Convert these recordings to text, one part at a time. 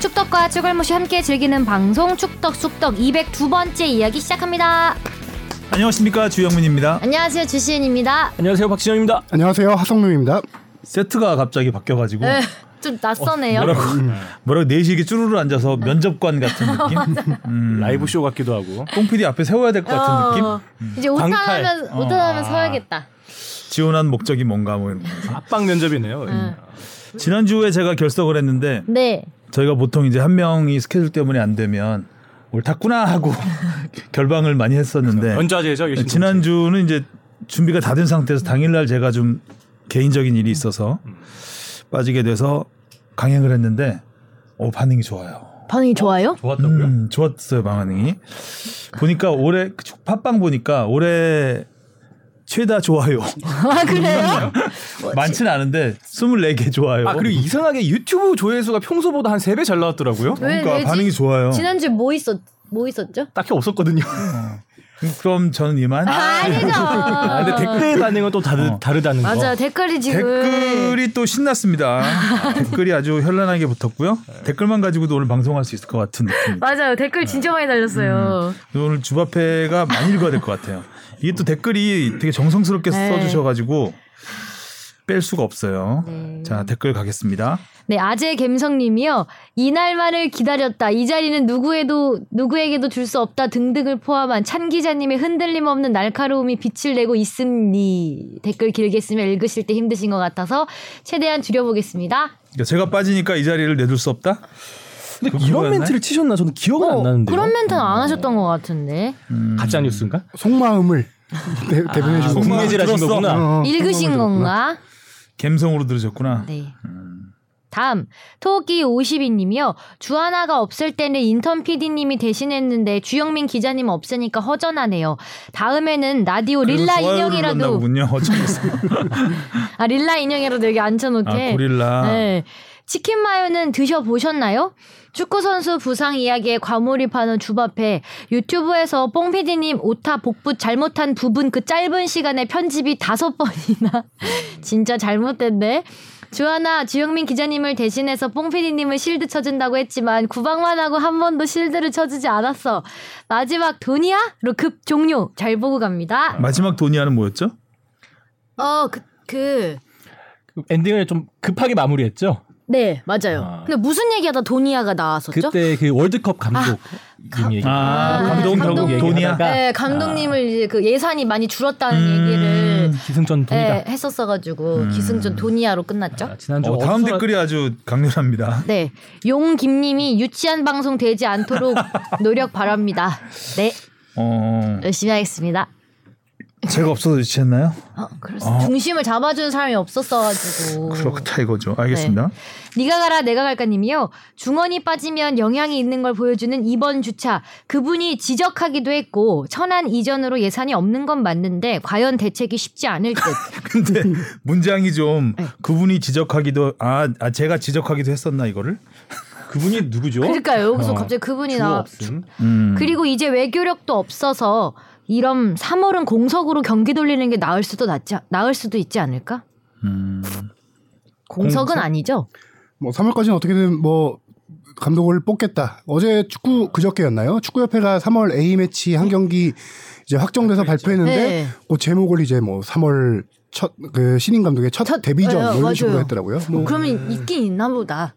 축덕과 축을무시 함께 즐기는 방송 축덕숙덕 202번째 이야기 시작합니다. 안녕하십니까 주영민입니다. 안녕하세요 주시은입니다. 안녕하세요 박진영입니다. 안녕하세요 하성룡입니다. 세트가 갑자기 바뀌어가지고 에, 네, 좀 낯서네요. 어, 네. 뭐라고 뭐라고 넷이 이렇게 쭈루루 앉아서 면접관 같은 느낌. 음, 라이브 쇼 같기도 하고 꽁 PD 앞에 세워야 될 것 같은 느낌. 어, 이제 오탄하면 광탈. 오탄하면 어, 서야겠다. 지원한 목적이 뭔가 뭐 이런 거. 압박 면접이네요. 음. 음. 지난주에 제가 결석을 했는데 네. 저희가 보통 이제 한 명이 스케줄 때문에 안 되면 옳았구나 하고 결방을 많이 그러니까 했었는데 연좌제죠. 네, 지난주는 이제 준비가 다 된 상태에서 당일날 제가 좀 개인적인 일이 있어서 빠지게 돼서 강행을 했는데 어, 반응이 좋아요. 반응이 좋아요? 좋았다고요? 음, 좋았어요 반응이. 보니까 올해 그 조- 팟빵 보니까 올해 최다 좋아요. 아 그래요? 많지는 않은데 24개 좋아요. 아 그리고 이상하게 유튜브 조회수가 평소보다 한 3배 잘 나왔더라고요. 왜, 그러니까 왜지? 반응이 좋아요. 지난주 뭐 있었 뭐 있었죠? 딱히 없었거든요. 음, 그럼 저는 이만. 아니죠. 그, 아, 근데 댓글의 반응은 또 다르, 어. 다르다는 거. 맞아 요 댓글이 지금 댓글이 또 신났습니다. 네. 댓글이 아주 현란하게 붙었고요. 댓글만 가지고도 오늘 방송할 수 있을 것 같은 느낌. 맞아요 댓글 진짜 많이 달렸어요. 오늘 주바페가 많이 읽어야 될 것 같아요. 이게 또 댓글이 되게 정성스럽게 네. 써주셔가지고 뺄 수가 없어요. 네. 자 댓글 가겠습니다. 네, 아재 갬성님이요. 이날만을 기다렸다. 이 자리는 누구에도 누구에게도 줄 수 없다 등등을 포함한 찬 기자님의 흔들림 없는 날카로움이 빛을 내고 있음니 댓글 길게 쓰면 읽으실 때 힘드신 것 같아서 최대한 줄여보겠습니다. 그러니까 제가 빠지니까 이 자리를 내둘 수 없다. 근데 그거 이런 뭐였나요? 멘트를 치셨나 저는 기억은 안 음. 나는데. 어, 그런 멘트는 안 하셨던 것 같은데 가짜 뉴스인가? 속마음을 대, 아, 대변해 주고 속마음. 궁금해질하신 들었어. 거구나. 읽으신 건가? 갬성으로 들으셨구나. 네. 음. 다음 토끼 52님이요. 주하나가 없을 때는 인턴 PD님이 대신했는데 주영민 기자님 없으니까 허전하네요. 다음에는 라디오 그래서 릴라 좋아요를 눌렀나 인형이라도 보군요. 어쩌겠어. 아 릴라 인형이라도 여기 아, 앉혀놓게. 고릴라. 네. 치킨 마요는 드셔보셨나요? 축구 선수 부상 이야기에 과몰입하는 주바페 유튜브에서 뽕피디님 오타 복붙 잘못한 부분 그 짧은 시간에 편집이 다섯 번이나 진짜 잘못됐네. 주하나 주영민 기자님을 대신해서 뽕피디님을 실드 쳐준다고 했지만 구박만 하고 한 번도 실드를 쳐주지 않았어. 마지막 돈이야?로 급 종료 잘 보고 갑니다. 마지막 도니아는 뭐였죠? 어그 그. 그 엔딩을 좀 급하게 마무리했죠. 네 맞아요. 아. 근데 무슨 얘기하다 도니아가 나왔었죠? 아, 그때 그 월드컵 감독 님 얘기. 아, 감독 결국 돈이야? 얘기하다가 네, 아. 감독님을 이제 그 예산이 많이 줄었다는 얘기를 기승전 음, 돈이다. 음. 예, 했었어가지고 기승전 도니아로 끝났죠. 아, 지난주 어, 다음 어수선- 댓글이 아주 강렬합니다. 네, 용김님이 유치한 방송 되지 않도록 노력 바랍니다. 네, 어, 열심히 하겠습니다. 제가 없어서 유치했나요? 어, 그렇습니다. 중심을 잡아주는 사람이 없었어가지고. 그렇다 이거죠. 네. 알겠습니다. 니가 가라 내가 갈까님이요. 중원이 빠지면 영향이 있는 걸 보여주는 이번 주차 그분이 지적하기도 했고 천안 이전으로 예산이 없는 건 맞는데 과연 대책이 쉽지 않을 듯. 근데 문장이 좀 네. 그분이 지적하기도 아, 아 제가 지적하기도 했었나 이거를? 그분이 누구죠? 그러니까 여기서 어, 갑자기 그분이 주어 나 없음. 음. 그리고 이제 외교력도 없어서 이런 3월은 공석으로 경기 돌리는 게 나을 수도 낫지 나을 수도 있지 않을까? 음. 공석은 공석? 아니죠. 뭐 3월까지는 어떻게든 뭐 감독을 뽑겠다. 어제 축구 그저께였나요? 축구협회가 3월 A 매치 한 경기 이제 확정돼서 발표했는데 네. 그 제목을 이제 뭐 3월 첫 그 신인 감독의 첫, 첫- 데뷔전 예, 뭐 이런 식으로 맞아요. 했더라고요. 뭐 네. 그러면 있긴 있나 보다.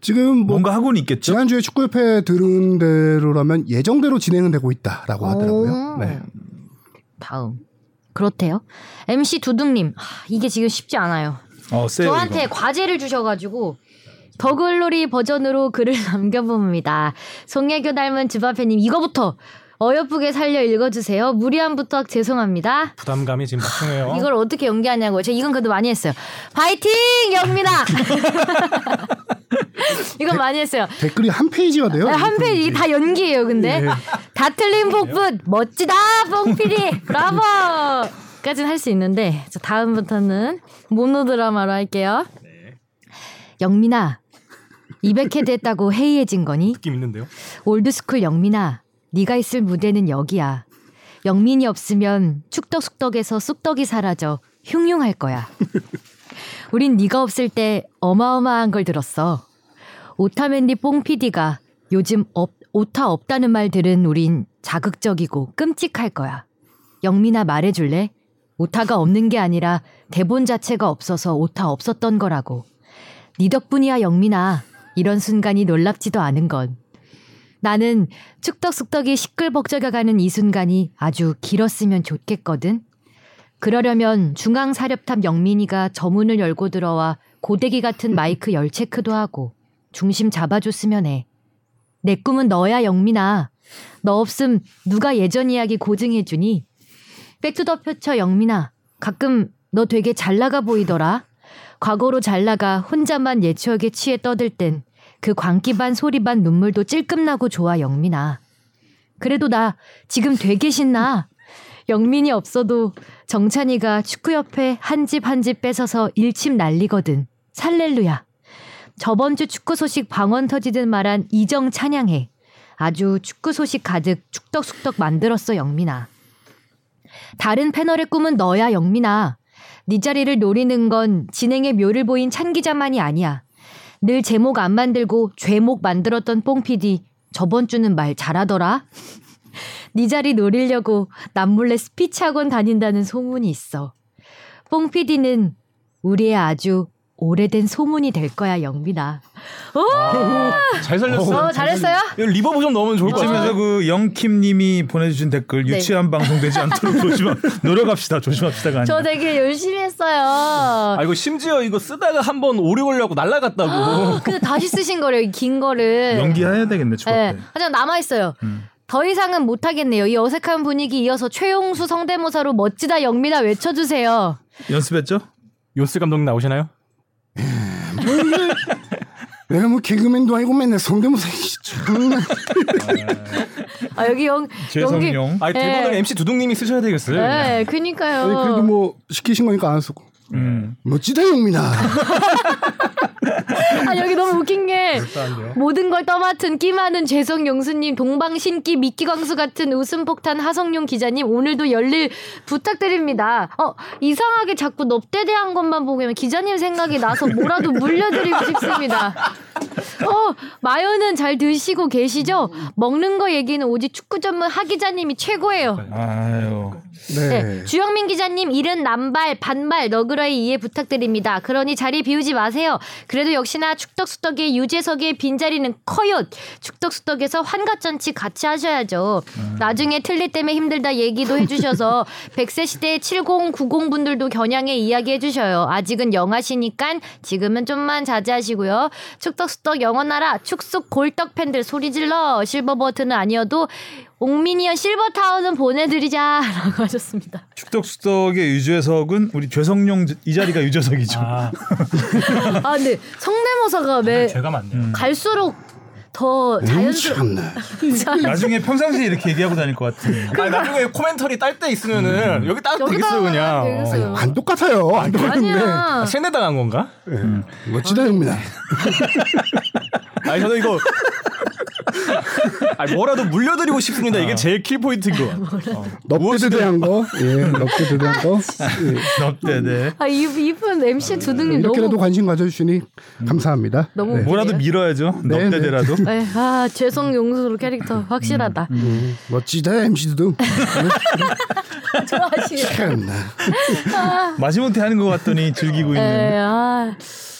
지금 뭐 뭔가 하고는 있겠죠. 지난주에 축구협회 들은 대로라면 예정대로 진행은 되고 있다라고 하더라고요. 오. 네. 다음. 그렇대요. MC 두둥님, 하, 이게 지금 쉽지 않아요. 어, 네, 세요, 저한테 이거. 과제를 주셔가지고 더글로리 버전으로 글을 남겨봅니다. 송혜교 닮은 주바페님 이거부터 어여쁘게 살려 읽어주세요. 무리한 부탁 죄송합니다. 부담감이 지금 막중해요. 이걸 어떻게 연기하냐고요. 제가 이건 그래도 많이 했어요. 파이팅 영민아. 이건 많이 했어요. 아, 댓글이 한 페이지가 돼요. 한 페이지 이게 다 연기예요, 근데 다 틀린 복분 멋지다 뽕피디 브라보. 까지는 할 수 있는데 저 다음부터는 모노 드라마로 할게요. 영민아 200회 됐다고 해이해진 거니? 느낌 있는데요. 올드스쿨 영민아, 네가 있을 무대는 여기야. 영민이 없으면 축덕숙덕에서 쑥덕이 사라져 흉흉할 거야. 우린 네가 없을 때 어마어마한 걸 들었어. 오타맨디 뽕피디가 요즘 없, 오타 없다는 말 들은 우린 자극적이고 끔찍할 거야. 영민아 말해줄래? 오타가 없는 게 아니라 대본 자체가 없어서 오타 없었던 거라고. 네 덕분이야 영민아. 이런 순간이 놀랍지도 않은 건. 나는 축덕숙덕이 시끌벅적여가는 이 순간이 아주 길었으면 좋겠거든. 그러려면 중앙사렵탑 영민이가 저문을 열고 들어와 고데기 같은 마이크 열 체크도 하고 중심 잡아줬으면 해. 내 꿈은 너야 영민아. 너 없음 누가 예전 이야기 고증해주니? 백투더 퓨처 영민아. 가끔 너 되게 잘 나가 보이더라. 과거로 잘 나가 혼자만 예추억에 취해 떠들 땐 그 광기 반 소리 반 눈물도 찔끔나고 좋아 영민아. 그래도 나 지금 되게 신나. 영민이 없어도 정찬이가 축구협회 한 집 한 집 뺏어서 일침 날리거든. 살렐루야. 저번 주 축구 소식 방언 터지듯 말한 이정 찬양해. 아주 축구 소식 가득 축덕숙덕 만들었어 영민아. 다른 패널의 꿈은 너야 영민아. 네 자리를 노리는 건 진행의 묘를 보인 찬 기자만이 아니야. 늘 제목 안 만들고 죄목 만들었던 뽕 PD 저번 주는 말 잘하더라. 네 자리 노리려고 남몰래 스피치 학원 다닌다는 소문이 있어. 뽕 PD는 우리의 아주 오래된 소문이 될 거야 영빈아. 잘 살렸어. 어. 어 잘했어요? 이거 리버브 좀 넣으면 좋을 것 같아요. 이쯤에서 그 영킴님이 보내주신 댓글 네. 유치한 방송 되지 않도록 조심하 노력합시다 조심합시다가 아니라 저 되게 열심히 했어요. 아 이거 심지어 이거 쓰다가 한 번 오류 걸려고 날라갔다고. 근데 그 다시 쓰신 거래요 이 긴 거를. 연기해야 되겠네 추억 예. 때. 하지만 남아 있어요. 더 이상은 못 하겠네요. 이 어색한 분위기 이어서 최용수 성대모사로 멋지다 영민아 외쳐주세요. 연습했죠? 요스 감독님 나오시나요? 내가 뭐 개그맨도 아니고 맨날 성대모사 이씨, 참나. 아 여기 영 연기. 재성용 아니 대본을 예. MC 두둥님이 쓰셔야 되겠어요. 네, 아니, 그래도 그니까요. 뭐 시키신 거니까 안 쓰고. 음. 멋지다 용민아. 아 여기 너무 웃긴 게 모든 걸 떠맡은 끼 많은 재성 영수님, 동방 신기 미끼 광수 같은 웃음 폭탄 하성용 기자님 오늘도 열일 부탁드립니다. 어 이상하게 자꾸 넙대대한 것만 보면 기자님 생각이 나서 뭐라도 물려드리고 싶습니다. 어 마요는 잘 드시고 계시죠? 먹는 거 얘기는 오직 축구 전문 하 기자님이 최고예요. 아유 네. 네. 주영민 기자님 일은 남발 반발 너그러이 이해 부탁드립니다. 그러니 자리 비우지 마세요. 그래도 역시나 축덕수덕의 유재석의 빈자리는 커요. 축덕수덕에서 환갑잔치 같이 하셔야죠. 나중에 틀리 때문에 힘들다 얘기도 해주셔서 100세 시대의 7090 분들도 겨냥해 이야기해 주셔요. 아직은 영하시니까 지금은 좀만 자제하시고요. 축덕수덕 영원하라 축숙 골떡 팬들 소리 질러 실버 버튼은 아니어도 옥민이형 실버타운은 보내드리자라고 하셨습니다. 축덕수덕의 유재석은 우리 죄성용 이 자리가 유재석이죠. 아. 아 근데 성대모사가 왜 죄가 많네요. 갈수록 더 음, 자연스러 참나. 나중에 평상시에 이렇게 얘기하고 다닐 것 같은. 아니 나중에 코멘터리 딸 때 있으면은 음. 여기 딱 되겠어요 그냥. 되겠어요. 안 똑같아요. 안 똑같은데. 네. 아, 아니야. 세뇌당한 건가? 멋지다 용민아. 아니 저는 이거 아니 뭐라도 물려드리고 싶습니다. 이게 제일 킬 포인트인 것 같아요. 넙대대한 거. 예. 넙대대한 거. 예. 넉대네. 아 이, 이분 MC 두둥님 아, 이렇게라도 너무 관심 가져주시니 감사합니다. 너무 네. 뭐라도 밀어야죠. 네, 네. 넉대대라도. 네, 아 죄송 용수로 캐릭터 확실하다. 음, 멋지다 MC 두둥. 좋아하시네. 참나. 마지못해 하는 것 같더니 즐기고 있는. 네, 아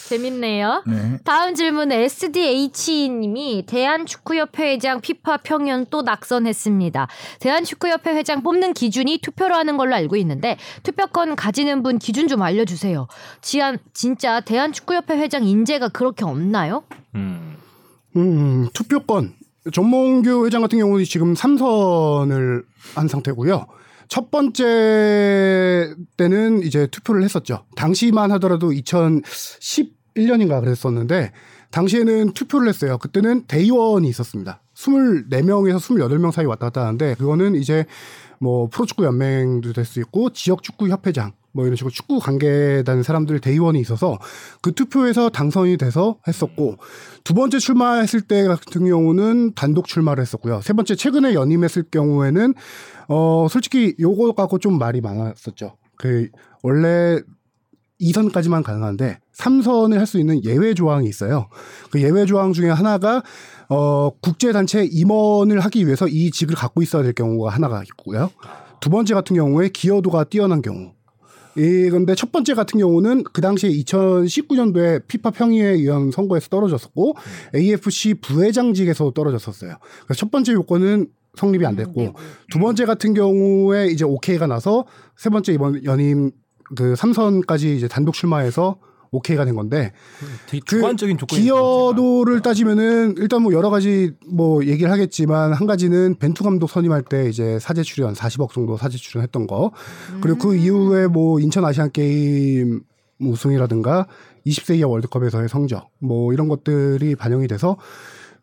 재밌네요. 네. 다음 질문 SDH님이 대한축구협회 회장 피파 평연 또 낙선했습니다. 대한축구협회 회장 뽑는 기준이 투표로 하는 걸로 알고 있는데 투표권 가지는 분 기준 좀 알려주세요. 지한 진짜 대한축구협회 회장 인재가 그렇게 없나요? 음. 음, 투표권. 전몽규 회장 같은 경우는 지금 3선을 한 상태고요. 첫 번째 때는 이제 투표를 했었죠. 당시만 하더라도 2011년인가 그랬었는데 당시에는 투표를 했어요. 그때는 대의원이 있었습니다. 24명에서 28명 사이 왔다 갔다 하는데 그거는 이제 뭐 프로축구 연맹도 될 수 있고 지역 축구 협회장 뭐 이런 식으로 축구 관계단 사람들 대의원이 있어서 그 투표에서 당선이 돼서 했었고 두 번째 출마했을 때 같은 경우는 단독 출마를 했었고요. 세 번째 최근에 연임했을 경우에는 어 솔직히 요거 갖고 좀 말이 많았었죠. 그 원래 2선까지만 가능한데 3선을 할 수 있는 예외 조항이 있어요. 그 예외 조항 중에 하나가 어 국제 단체 임원을 하기 위해서 이 직을 갖고 있어야 될 경우가 하나가 있고요. 두 번째 같은 경우에 기여도가 뛰어난 경우. 예, 근데 첫 번째 같은 경우는 그 당시에 2019년도에 피파 평의회 의원 선거에서 떨어졌었고 AFC 부회장직에서 떨어졌었어요. 그래서 첫 번째 요건은 성립이 안 됐고 두 번째 같은 경우에 이제 오케이가 나서 세 번째 이번 연임 그 삼선까지 이제 단독 출마해서 오케이가 된 건데 되게 그 주관적인 조건이 아. 기여도를 따지면은 일단 뭐 여러 가지 뭐 얘기를 하겠지만 한 가지는 벤투 감독 선임할 때 이제 사제 출연 40억 정도 사제 출연했던 거 그리고 그 이후에 뭐 인천 아시안 게임 우승이라든가 20세 이하 월드컵에서의 성적 뭐 이런 것들이 반영이 돼서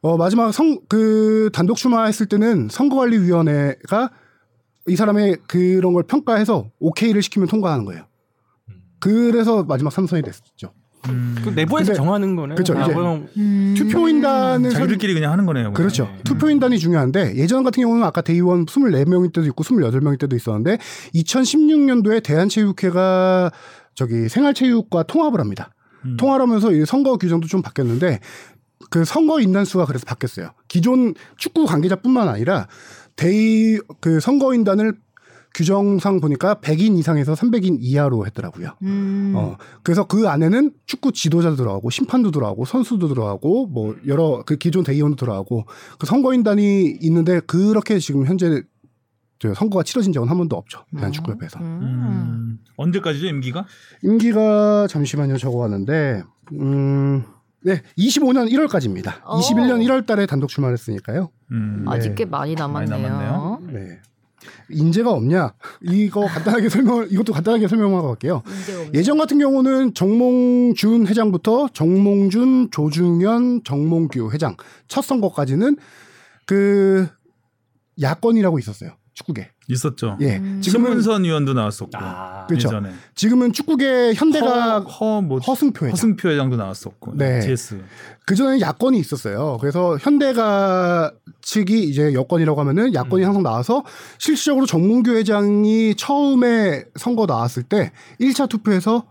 어 마지막 성 그 단독 출마했을 때는 선거관리위원회가 이 사람의 그런 걸 평가해서 오케이를 시키면 통과하는 거예요. 음. 그래서 마지막 삼선이 됐었죠. 그 내부에서 근데- 정하는 거네. 아, 그쵸, 이제- 그럼 음. 투표인단을 선- 자기들끼리 그냥 하는 거네요. 음. 그냥. 네. 그렇죠. 투표인단이 중요한데 예전 같은 경우는 아까 대의원 24명일 때도 있고 28명일 때도 있었는데 2016년도에 대한체육회가 저기 생활체육과 통합을 합니다. 음. 통합하면서 이 선거 규정도 좀 바뀌었는데 그 선거 인단 수가 그래서 바뀌었어요. 기존 축구 관계자뿐만 아니라 대의 그 선거 인단을 규정상 보니까 100인 이상에서 300인 이하로 했더라고요. 음. 어, 그래서 그 안에는 축구 지도자도 들어가고 심판도 들어가고 선수도 들어가고 뭐 여러 그 기존 대의원도 들어가고 그 선거인단이 있는데 그렇게 지금 현재 저 선거가 치러진 적은 한 번도 없죠 대한축구협회에서 음. 언제까지죠 임기가? 임기가 잠시만요 적어왔는데 음. 네, 25년 1월까지입니다. 어. 21년 1월달에 단독 출마했으니까요. 음. 아, 아직 꽤 많이 남았네요. 많이 남았네요. 네, 인재가 없냐? 이거 간단하게 설명, 이것도 간단하게 설명하고 갈게요. 예전 같은 경우는 정몽준 회장부터 정몽준, 조중현, 정몽규 회장 첫 선거까지는 그 야권이라고 있었어요 축구계. 있었죠. 예, 음. 지금은 신문선 위원도 나왔었고 아, 그쵸. 예전에 지금은 축구계 현대가 허뭐 허승표 회장. 허승표 회장도 나왔었고 네. GS 그 전에는 야권이 있었어요. 그래서 현대가 측이 이제 여권이라고 하면은 음. 야권이 항상 나와서 실질적으로 정몽규 회장이 처음에 선거 나왔을 때 1차 투표에서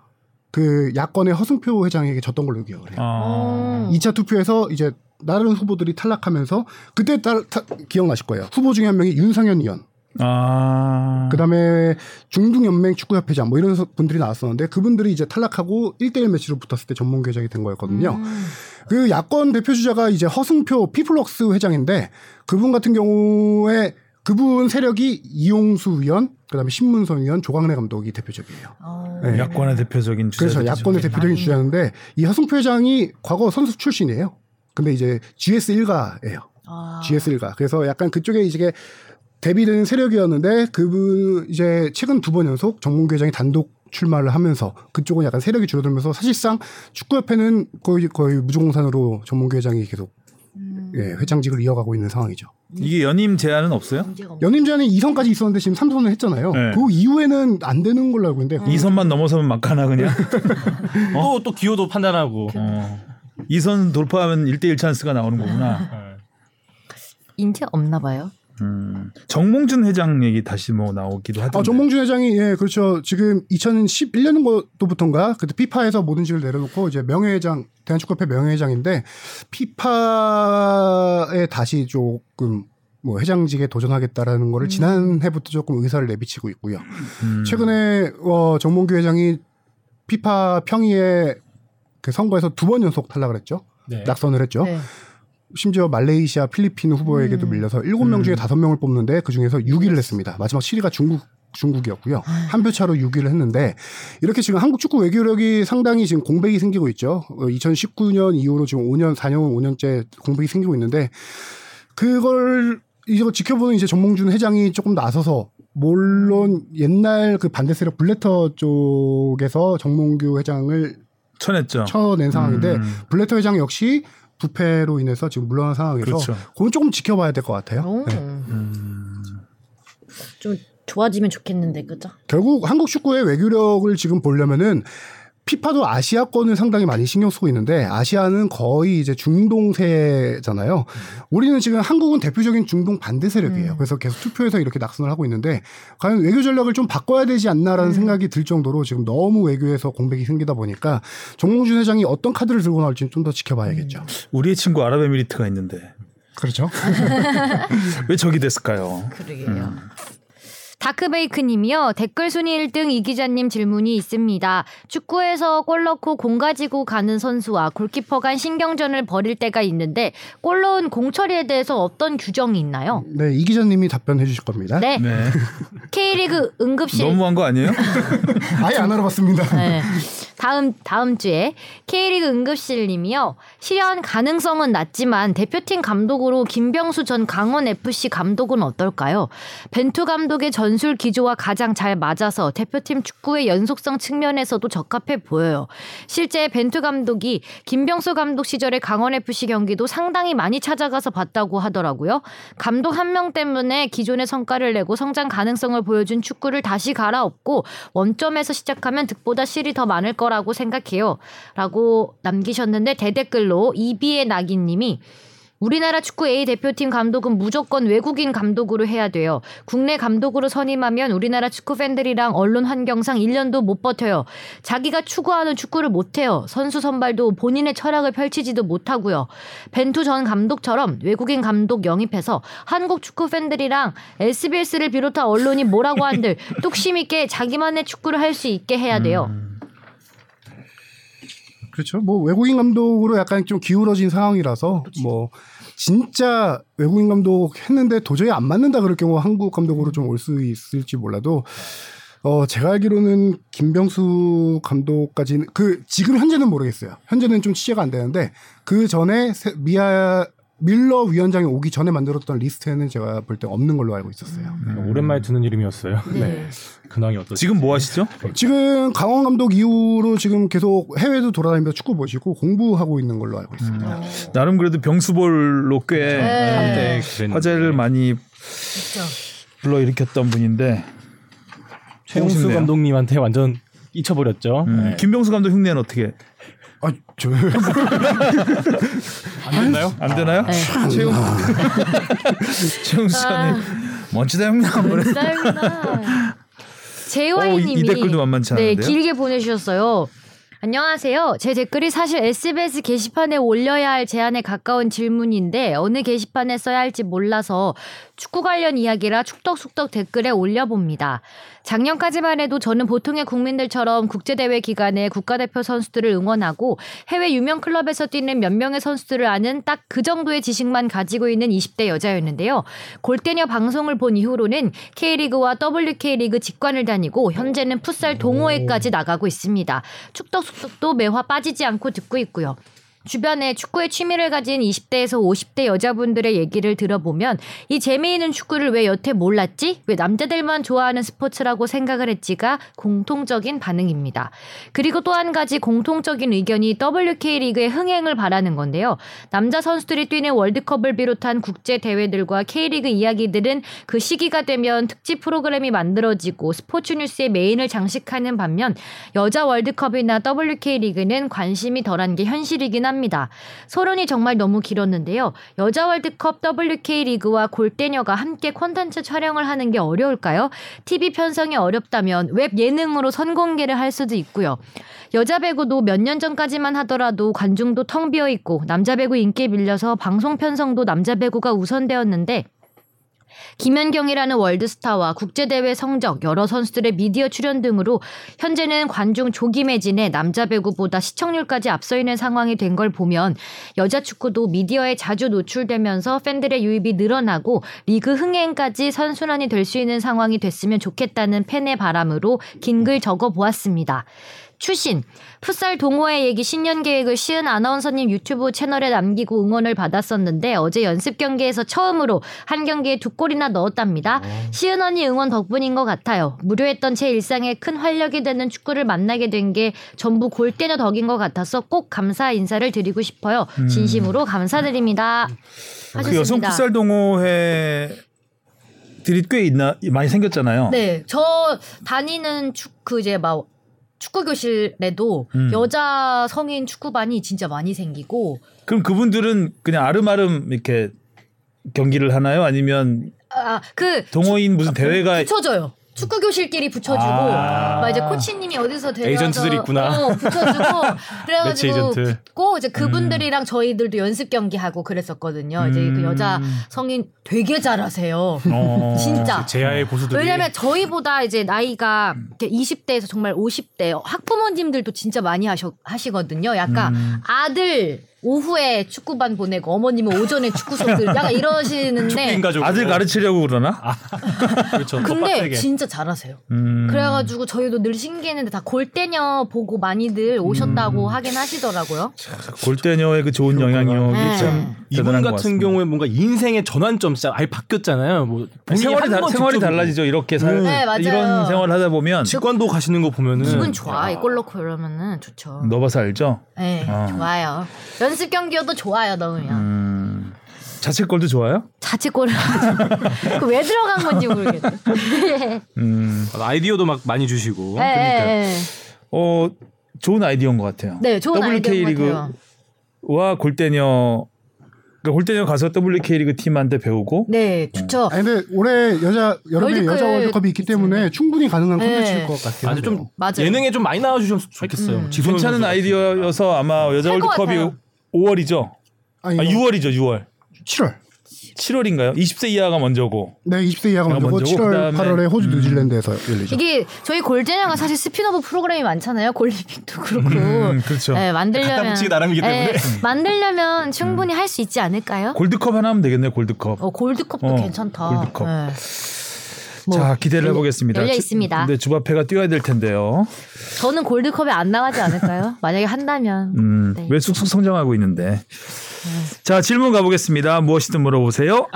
그 야권의 허승표 회장에게 졌던 걸로 기억을 해요. 아, 어. 2차 투표에서 이제 다른 후보들이 탈락하면서 그때 딸- 타- 기억나실 거예요. 후보 중에 한 명이 윤상현 의원, 아. 그다음에 중등연맹 축구협회장 뭐 이런 서- 분들이 나왔었는데 그분들이 이제 탈락하고 1대1 매치로 붙었을 때 전문 계장이 된 거였거든요. 음. 그 야권 대표 주자가 이제 허승표 피플럭스 회장인데 그분 같은 경우에 그분 세력이 이용수 의원, 그다음에 신문선 의원, 조광래 감독이 대표적이에요. 어. 네. 야권의 대표적인 주자. 그래서 야권의 대표적인 주자인데 이 허승표 회장이 과거 선수 출신이에요. 근데 이제 GS 1가예요. 아. GS1가. 그래서 약간 그쪽에 이제 대비되는 세력이었는데 그분 이제 최근 두 번 연속 정몽규 회장이 단독 출마를 하면서 그쪽은 약간 세력이 줄어들면서 사실상 축구협회는 거의 거의 무조공산으로 정몽규 회장이 계속 음. 예, 회장직을 이어가고 있는 상황이죠. 이게 연임 제한은 없어요? 문제가 없네. 연임제한이 2선까지 있었는데 지금 3선을 했잖아요. 네. 그 이후에는 안 되는 걸로 알고 있는데 이 2선만 넘어서면 막하나 그냥. 또또 기여도 판단하고. 네. 어. 2선 돌파하면 1대1 찬스가 나오는 거구나. 네. 인재 없나 봐요. 음. 정몽준 회장 얘기 다시 뭐 나오기도 하던데. 아, 정몽준 회장이 예, 그렇죠. 지금 2011년 것도부터인가 그때 피파에서 모든 직을 내려놓고 이제 명예회장 대한축구협회 명예회장인데 피파에 다시 조금 뭐 회장직에 도전하겠다라는 거를 지난해부터 조금 의사를 내비치고 있고요. 음. 최근에 어, 정몽규 회장이 피파 평의회 그 선거에서 두 번 연속 탈락을 했죠. 네. 낙선을 했죠. 네. 심지어 말레이시아, 필리핀 후보에게도 음. 밀려서 7명 중에 5명을 뽑는데 그 중에서 6위를 했습니다. 마지막 7위가 중국 중국이었고요. 아. 한 표 차로 6위를 했는데 이렇게 지금 한국 축구 외교력이 상당히 지금 공백이 생기고 있죠. 2019년 이후로 지금 5년 4년 5년째 공백이 생기고 있는데 그걸 이거 지켜보는 이제 정몽준 회장이 조금 나서서 물론 옛날 그 반대 세력 블레터 쪽에서 정몽규 회장을 쳐냈죠. 쳐낸 상황인데 어. 음. 블레터 회장 역시 부패로 인해서 지금 물러난 상황에서 그렇죠. 그건 조금 지켜봐야 될 것 같아요. 네. 오. 음. 좀 좋아지면 좋겠는데 그죠? 결국 한국 축구의 외교력을 지금 보려면은 피파도 아시아권을 상당히 많이 신경 쓰고 있는데 아시아는 거의 이제 중동세잖아요. 우리는 지금 한국은 대표적인 중동 반대 음. 세력이에요. 그래서 계속 투표해서 이렇게 낙선을 하고 있는데 과연 외교 전략을 좀 바꿔야 되지 음. 않나라는 생각이 들 정도로 지금 너무 외교에서 공백이 생기다 보니까 정몽준 회장이 어떤 카드를 들고 나올지 는 좀 더 지켜봐야겠죠. 음. 우리의 친구 아랍에미리트가 있는데 그렇죠. 왜 적이 됐을까요? 그러게요. 다크베이크님이요 댓글 순위 1등 이 기자님 질문이 있습니다. 축구에서 골 넣고 공 가지고 가는 선수와 골키퍼 간 신경전을 벌일 때가 있는데 골 넣은 공 처리에 대해서 어떤 규정이 있나요? 네, 이 기자님이 답변해 주실 겁니다. 네, 네. K리그 응급실 너무한 거 아니에요? 아예 안 알아봤습니다. 네. 다음 다음 주에 K리그 응급실님이요 실현 가능성은 낮지만 대표팀 감독으로 김병수 전 강원 FC 감독은 어떨까요? 벤투 감독의 전술 기조와 가장 잘 맞아서 대표팀 축구의 연속성 측면에서도 적합해 보여요. 실제 벤투 감독이 김병수 감독 시절에 강원 FC 경기도 상당히 많이 찾아가서 봤다고 하더라고요. 감독 한 명 때문에 기존의 성과를 내고 성장 가능성을 보여준 축구를 다시 갈아엎고 원점에서 시작하면 득보다 실이 더 많을 거라고 생각해요. 라고 남기셨는데 대댓글로 이비의 낙인님이 우리나라 축구 A 대표팀 감독은 무조건 외국인 감독으로 해야 돼요. 국내 감독으로 선임하면 우리나라 축구 팬들이랑 언론 환경상 1년도 못 버텨요. 자기가 추구하는 축구를 못해요. 선수 선발도 본인의 철학을 펼치지도 못하고요. 벤투 전 감독처럼 외국인 감독 영입해서 한국 축구 팬들이랑 SBS를 비롯한 언론이 뭐라고 한들 뚝심 있게 자기만의 축구를 할 수 있게 해야 돼요. 그렇죠. 뭐 외국인 감독으로 약간 좀 기울어진 상황이라서 그렇죠. 뭐 진짜 외국인 감독 했는데 도저히 안 맞는다 그럴 경우 한국 감독으로 좀 올 수 있을지 몰라도 어 제가 알기로는 김병수 감독까지는 그 지금 현재는 모르겠어요. 현재는 좀 취재가 안 되는데 그 전에 세- 미아 밀러 위원장이 오기 전에 만들었던 리스트에는 제가 볼 때 없는 걸로 알고 있었어요. 음. 오랜만에 듣는 이름이었어요. 네. 근황이 어떠지? 지금 뭐 하시죠? 네. 지금 강원 감독 이후로 지금 계속 해외도 돌아다니면서 축구 보시고 공부하고 있는 걸로 알고 있습니다. 나름 그래도 병수볼로 꽤 네. 한때 그랬는데. 화제를 많이 그렇죠. 불러일으켰던 분인데 최용수 싶네요. 감독님한테 완전 잊혀버렸죠. 음, 네. 김병수 감독 흉내는 어떻게 아, 저 안 됐나요? 안 되나요? 아, 네. 최용 최용수 아. 씨님 멋지다 형님 아무래도. 감사합니다. 어, 이- JY님이 이 댓글도 만만치 네, 않은데요? 길게 보내주셨어요. 안녕하세요. 제 댓글이 사실 SBS 게시판에 올려야 할 제안에 가까운 질문인데 어느 게시판에 써야 할지 몰라서 축구 관련 이야기라 축덕숙덕 댓글에 올려봅니다. 작년까지만 해도 저는 보통의 국민들처럼 국제대회 기간에 국가대표 선수들을 응원하고 해외 유명 클럽에서 뛰는 몇 명의 선수들을 아는 딱 그 정도의 지식만 가지고 있는 20대 여자였는데요. 골대녀 방송을 본 이후로는 K리그와 WK리그 직관을 다니고 현재는 풋살 동호회까지 나가고 있습니다. 축덕숙덕도 매화 빠지지 않고 듣고 있고요. 주변에 축구에 취미를 가진 20대에서 50대 여자분들의 얘기를 들어보면 이 재미있는 축구를 왜 여태 몰랐지? 왜 남자들만 좋아하는 스포츠라고 생각을 했지가 공통적인 반응입니다. 그리고 또 한 가지 공통적인 의견이 WK리그의 흥행을 바라는 건데요. 남자 선수들이 뛰는 월드컵을 비롯한 국제 대회들과 K리그 이야기들은 그 시기가 되면 특집 프로그램이 만들어지고 스포츠 뉴스의 메인을 장식하는 반면 여자 월드컵이나 WK리그는 관심이 덜한 게 현실이긴 합니다. 서론이 정말 너무 길었는데요. 여자 월드컵 WK리그와 골대녀가 함께 콘텐츠 촬영을 하는 게 어려울까요? TV 편성이 어렵다면 웹 예능으로 선공개를 할 수도 있고요. 여자 배구도 몇 년 전까지만 하더라도 관중도 텅 비어 있고 남자 배구 인기에 밀려서 방송 편성도 남자 배구가 우선되었는데 김연경이라는 월드스타와 국제대회 성적, 여러 선수들의 미디어 출연 등으로 현재는 관중 조기 매진에 남자 배구보다 시청률까지 앞서 있는 상황이 된 걸 보면 여자 축구도 미디어에 자주 노출되면서 팬들의 유입이 늘어나고 리그 흥행까지 선순환이 될 수 있는 상황이 됐으면 좋겠다는 팬의 바람으로 긴 글 적어 보았습니다. 추신 풋살 동호회 얘기 신년 계획을 시은 아나운서님 유튜브 채널에 남기고 응원을 받았었는데 어제 연습 경기에서 처음으로 한 경기에 두 골이나 넣었답니다. 어. 시은 언니 응원 덕분인 것 같아요. 무료했던 제 일상에 큰 활력이 되는 축구를 만나게 된 게 전부 골대녀 덕인 것 같아서 꼭 감사 인사를 드리고 싶어요. 진심으로 감사드립니다. 하셨습니다. 음. 그 여성 풋살 동호회들이 꽤 있나 많이 생겼잖아요. 네, 저 다니는 축그 이제 막 축구 교실에도 음. 여자 성인 축구반이 진짜 많이 생기고 그럼 그분들은 그냥 아름아름 이렇게 경기를 하나요? 아니면 아그 동호인 무슨 대회가 붙여줘요. 축구 교실끼리 붙여주고 아. 막 이제 코치님이 어디서 데려와서 에이전트들이 있구나. 어, 붙여주고 매치 그래가지고 에이전트. 음. 붙고 이제 그분들이랑 저희들도 연습 경기하고 그랬었거든요. 이제 그 여자 음. 성인 되게 잘하세요. 어. 진짜. 제야의 그 고수들이 아. 왜냐면 저희보다 이제 나이가 이렇게 20대에서 정말 50대 학부모님들도 진짜 많이 하셔, 하시거든요. 약간 음. 아들 오후에 축구반 보내고 어머님은 오전에 축구 수업 들 약간 이러시는데 인가족 아들 가르치려고 그러나? 그렇죠. 근데 진짜 잘하세요. 음. 그래가지고 저희도 늘 신기했는데 다 골대녀 보고 많이들 음. 오셨다고 하긴 하시더라고요. 골대녀의 그 좋은 영향력이 네. 참 이분 대단한 것 같은 같습니다. 경우에 뭔가 인생의 전환점 진짜 아예 바뀌었잖아요. 뭐 본인이 생활이, 한 다, 번 생활이 직접 달라지죠. 이렇게 살 네, 맞아요. 이런 생활을 하다 보면 직관도 가시는 거 보면은 기분 좋아. 이골 넣고 이러면은 좋죠. 넣어봐서 알죠. 네, 음. 아. 좋아요. 연습 경기여도 좋아요, 넣으면. 음. 자책골도 좋아요? 자책골을. 그왜 들어간 건지 모르겠네. 음. 아이디어도 막 많이 주시고 예, 그러니까 예, 예. 어 좋은 아이디어인 것 같아요. 네, 좋은 WK 아이디어인 것 리그 같아요. 와 골대녀 그러니까 골대녀 가서 WK 리그 팀한테 배우고 음. 네, 좋죠. 아니 근데 올해 여자 여름에 월드컵 여자 월드컵이 있기 때문에 충분히 가능한 네. 콘텐츠일 것 같아요. 아주 좀 맞아요. 음. 예능에 좀 많이 나와주셨으면 좋겠어요. 지소연 괜찮은 선수 같은 경우가. 아이디어여서 아마 여자 할것 월드컵이 같아요. 네. 5월이죠. 아니, 아 6월이죠. 6월. 7월. 7월인가요? 20세 이하가 먼저고. 네, 20세 이하가 먼저고, 먼저고 7월, 그다음에- 8월에 호주, 뉴질랜드에서 열리죠. 이게 저희 음. 골대녀가 사실 스피노브 프로그램이 많잖아요. 골리픽도 그렇고. 그렇죠. 예, 만들려면 음, 붙이기 나름이기 때문에. 음. 예, 만들려면 충분히 할 수 있지 않을까요? 골드컵 하나 하면 되겠네요. 골드컵. 어, 골드컵도 어, 괜찮다. 골드컵. 예. 자 기대를 해보겠습니다. 뭐 열려 주- 있습니다. 근데 주바페가 뛰어야 될 텐데요. 저는 골드컵에 안 나가지 않을까요? 만약에 한다면. 음, 네. 아. 왜 쑥쑥 성장하고 있는데. 자 질문 가보겠습니다. 무엇이든 물어보세요.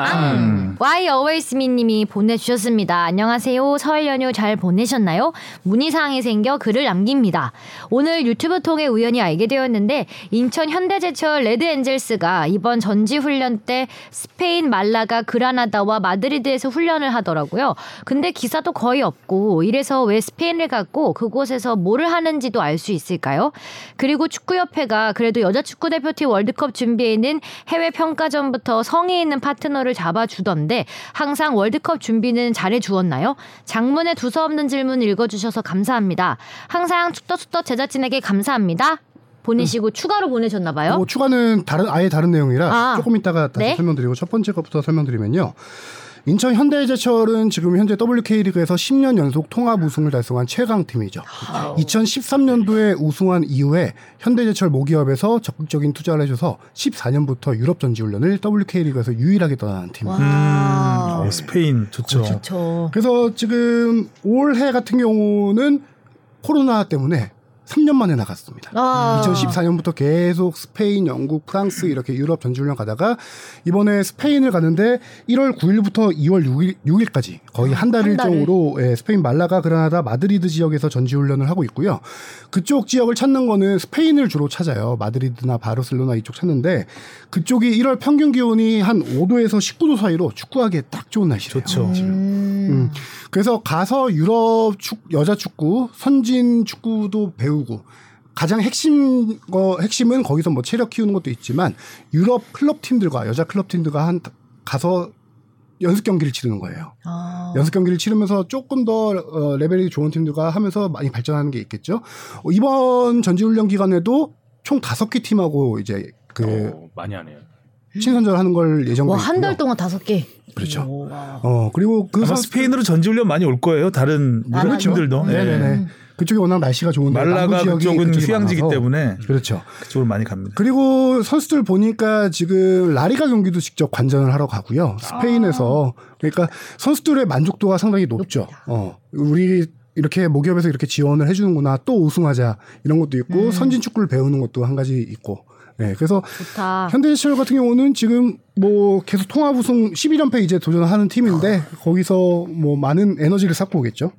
Why Always Me 님이 보내주셨습니다. 안녕하세요. 설 연휴 잘 보내셨나요? 문의사항이 생겨 글을 남깁니다. 오늘 유튜브 통해 우연히 알게 되었는데 인천 현대제철 레드엔젤스가 이번 전지훈련 때 스페인 말라가 그라나다와 마드리드에서 훈련을 하더라고요. 근데 기사도 거의 없고 이래서 왜 스페인을 갔고 그곳에서 뭐를 하는지도 알 수 있을까요? 그리고 축구협회가 그래도 여자 축구 대표팀 월드컵 준비에는 해외 평가전부터 성에 있는 파트너를 잡아주던데 항상 월드컵 준비는 잘해주었나요? 장문에 두서없는 질문 읽어주셔서 감사합니다. 항상 축덕축덕 제작진에게 감사합니다. 보내시고 추가로 보내셨나봐요. 뭐 추가는 다른 아예 다른 내용이라 어? 아. 조금 이따가 다시 네. 설명드리고 첫 번째 것부터 설명드리면요. 인천 현대제철은 지금 현재 WK리그에서 10년 연속 통합 우승을 달성한 최강 팀이죠. 네. 2013년도에 우승한 이후에 현대제철 모기업에서 적극적인 투자를 해줘서 14년부터 유럽 전지훈련을 WK리그에서 유일하게 떠나는 팀입니다. 와. 어, 스페인 좋죠. 아, 저. 그래서 지금 올해 같은 경우는 코로나 때문에 3년 만에 나갔습니다. 아. 2014년부터 계속 스페인, 영국, 프랑스 이렇게 유럽 전지훈련 가다가 이번에 스페인을 가는데 1월 9일부터 2월 6일, 6일까지 거의 한 달 한 달을. 일정으로 예, 스페인 말라가 그라나다 마드리드 지역에서 전지훈련을 하고 있고요. 그쪽 지역을 찾는 거는 스페인을 주로 찾아요. 마드리드나 바르셀로나 이쪽 찾는데 그쪽이 1월 평균 기온이 한 5도에서 19도 사이로 축구하기에 딱 좋은 날씨예요. 좋죠. 음. 그래서 가서 유럽 축 여자 축구 선진 축구도 배우고 가장 핵심 어, 핵심은 거기서 뭐 체력 키우는 것도 있지만 유럽 클럽 팀들과 여자 클럽 팀들과 한 가서 연습 경기를 치르는 거예요. 아. 연습 경기를 치르면서 조금 더 어, 레벨이 좋은 팀들과 하면서 많이 발전하는 게 있겠죠. 어, 이번 전지훈련 기간에도 총 다섯 개 팀하고 이제 그 어, 많이 하네요. 친선전 하는 걸 예정돼 와, 한 달 있고요. 동안 다섯 개. 그렇죠. 어 그리고 그 아마 선- 스페인으로 전지훈련 많이 올 거예요. 다른 유럽 많아요? 팀들도. 예. 네네네. 그쪽이 워낙 날씨가 좋은데 말라가 남부 지역이 그쪽은 그쪽이 휴양지기 많아서. 때문에 그렇죠. 그쪽으로 많이 갑니다. 그리고 선수들 보니까 지금 라리가 경기도 직접 관전을 하러 가고요. 스페인에서 아. 그러니까 선수들의 만족도가 상당히 높죠. 어, 우리 이렇게 모기업에서 이렇게 지원을 해주는구나. 또 우승하자 이런 것도 음. 있고 선진 축구를 배우는 것도 한 가지 있고. 네, 그래서 좋다. 현대제철 같은 경우는 지금 뭐 계속 통합 우승 11연패 이제 도전하는 팀인데 아. 거기서 뭐 많은 에너지를 쌓고 오겠죠.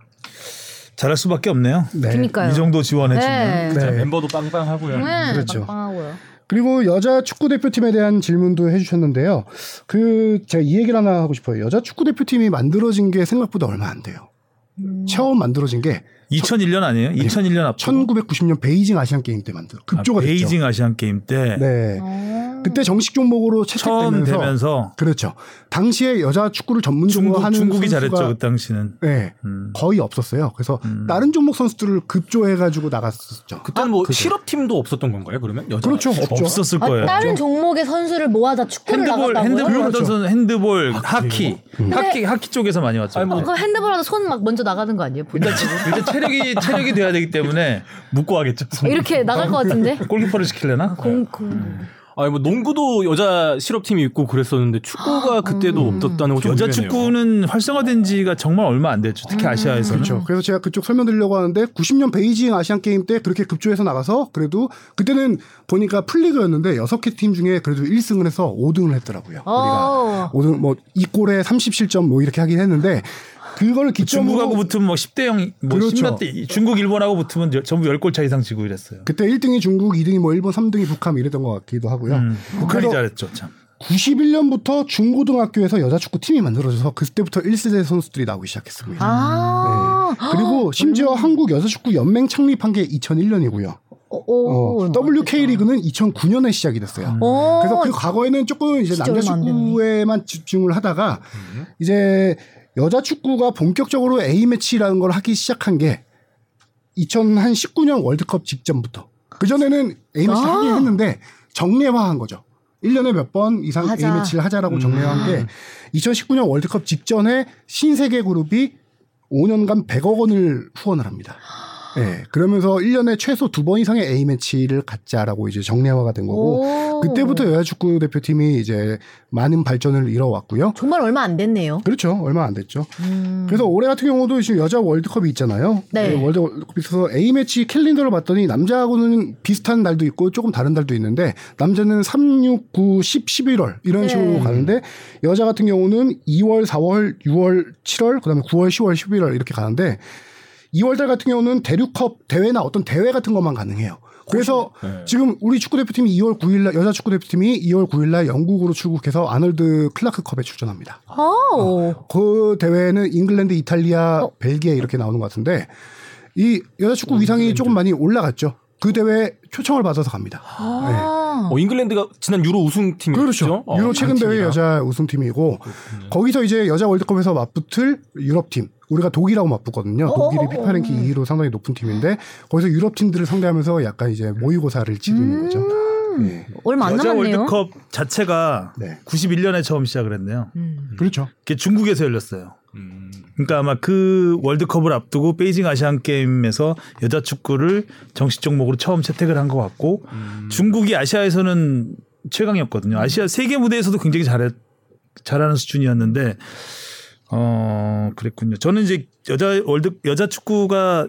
잘할 수밖에 없네요. 네. 그러니까요. 이 정도 지원해주면. 네. 자, 네. 멤버도 빵빵하고요. 네, 그렇죠. 빵빵하고요. 그리고 여자 축구 대표팀에 대한 질문도 해주셨는데요. 그 제가 이 얘기를 음. 하나 하고 싶어요. 여자 축구 대표팀이 만들어진 게 생각보다 얼마 안 돼요. 처음 만들어진 게 2001년 아니에요? 2001년 앞. 1990년 베이징 아시안 게임 때 만들어 급조가 됐죠. 베이징 아시안 게임 때 네. 어. 그때 정식 종목으로 처음 채택되면서 되면서 그렇죠. 당시에 여자 축구를 전문적으로 중국 하는 중국이 선수가 잘했죠 그 당시는. 네. 음. 거의 없었어요. 그래서 음. 다른 종목 선수들을 급조해가지고 나갔었죠. 그때는 뭐 실업팀도 없었던 건가요? 그러면 여자 그렇죠. 없죠. 아, 없었을 아, 거예요. 다른 종목의 선수를 모아다 축구를 핸드볼 나갔다고요? 핸드볼 그렇죠. 하던 선 핸드볼 하키 하키 하키 쪽에서 많이 왔죠. 아니, 뭐 그럼 핸드볼하다 손 막 먼저 나가는 거 아니에요? 본인? 일단, 체- 일단 체력이 체력이 돼야 되기 때문에 아, 묶고 하겠죠. 이렇게 나갈 것 같은데? 골키퍼를 시킬려나? 네. 공, 공. 아니 뭐 농구도 여자 실업팀이 있고 그랬었는데 아, 축구가 그때도 음. 없었다는 거좀 여자 축구는 활성화된 지가 정말 얼마 안 됐죠. 특히 아시아에서는. 그렇죠. 그래서 제가 그쪽 설명드리려고 하는데 90년 베이징 아시안 게임 때 그렇게 급조해서 나가서 그래도 그때는 보니까 풀리그였는데 6개 팀 중에 그래도 1승을 해서 5등을 했더라고요. 우리가 어. 5등 뭐 2골에 37점 뭐 이렇게 하긴 했는데 그걸 기점으로 중국하고 붙으면 뭐 10대 0, 뭐 그렇죠. 10몇 대 중국 일본하고 붙으면 저- 전부 10골 차 이상 지고 이랬어요. 그때 1등이 중국, 2등이 뭐 일본, 3등이 북한 이랬던 것 같기도 하고요. 음, 북한이 그래서- 잘했죠, 참. 91년부터 중고등학교에서 여자 축구 팀이 만들어져서 그때부터 1세대 선수들이 나오기 시작했습니다. 네. 아. 그리고 심지어 한국 여자 축구 연맹 창립한 게 2001년이고요. 어, 어, 얼마 안 WK 리그는 2009년에 시작이 됐어요. 어. 그래서 그 과거에는 조금 이제 진짜 남자 얼마 안 됐네. 축구에만 집중을 하다가 이제 여자 축구가 본격적으로 A 매치라는 걸 하기 시작한 게 2019년 월드컵 직전부터. 그 전에는 A 매치 아. 하긴 했는데 정례화한 거죠. 1년에 몇 번 이상 하자. A 매치를 하자라고 정례화한 게 2019년 월드컵 직전에 신세계 그룹이 5년간 100억 원을 후원을 합니다. 예. 그러면서 1년에 최소 두 번 이상의 A 매치를 갖자라고 이제 정례화가 된 거고 오. 그때부터 여자 축구 대표팀이 이제 많은 발전을 이뤄왔고요. 정말 얼마 안 됐네요. 그렇죠. 얼마 안 됐죠. 음. 그래서 올해 같은 경우도 지금 여자 월드컵이 있잖아요. 네. 그 월드컵이 있어서 A매치 캘린더를 봤더니 남자하고는 비슷한 날도 있고 조금 다른 날도 있는데 남자는 3, 6, 9, 10, 11월 이런 네. 식으로 가는데 여자 같은 경우는 2월, 4월, 6월, 7월 그다음에 9월, 10월, 11월 이렇게 가는데 2월 달 같은 경우는 대륙컵 대회나 어떤 대회 같은 것만 가능해요. 그래서 지금 우리 축구 대표팀이 2월 9일 날 여자 축구 대표팀이 2월 9일 날 영국으로 출국해서 아놀드 클라크컵에 출전합니다. 어. 그 대회는 잉글랜드, 이탈리아, 벨기에 이렇게 나오는 것 같은데 이 여자 어, 축구 위상이 조금 많이 올라갔죠. 그 대회 초청을 받아서 갑니다. 아. 어, 잉글랜드가 지난 유로 우승팀이죠. 어, 그렇죠. 유로 최근 대회 여자 우승팀이고 거기서 이제 여자 월드컵에서 맞붙을 유럽 팀. 우리가 독일하고 맞붙거든요. 어, 독일이 어, 어, 피파 랭킹 2위로 상당히 높은 팀인데 거기서 유럽 팀들을 상대하면서 약간 이제 모의고사를 음. 치르는 거죠. 예. 얼마 안 여자 남았네요. 월드컵 자체가 네. 91년에 처음 시작을 했네요. 음. 그렇죠. 그게 중국에서 열렸어요. 음. 그러니까 아마 그 월드컵을 앞두고 베이징 아시안 게임에서 여자 축구를 정식 종목으로 처음 채택을 한 것 같고 중국이 아시아에서는 최강이었거든요. 아시아 세계 무대에서도 굉장히 잘했 잘하는 수준이었는데 어 그랬군요. 저는 이제 여자 월드 여자 축구가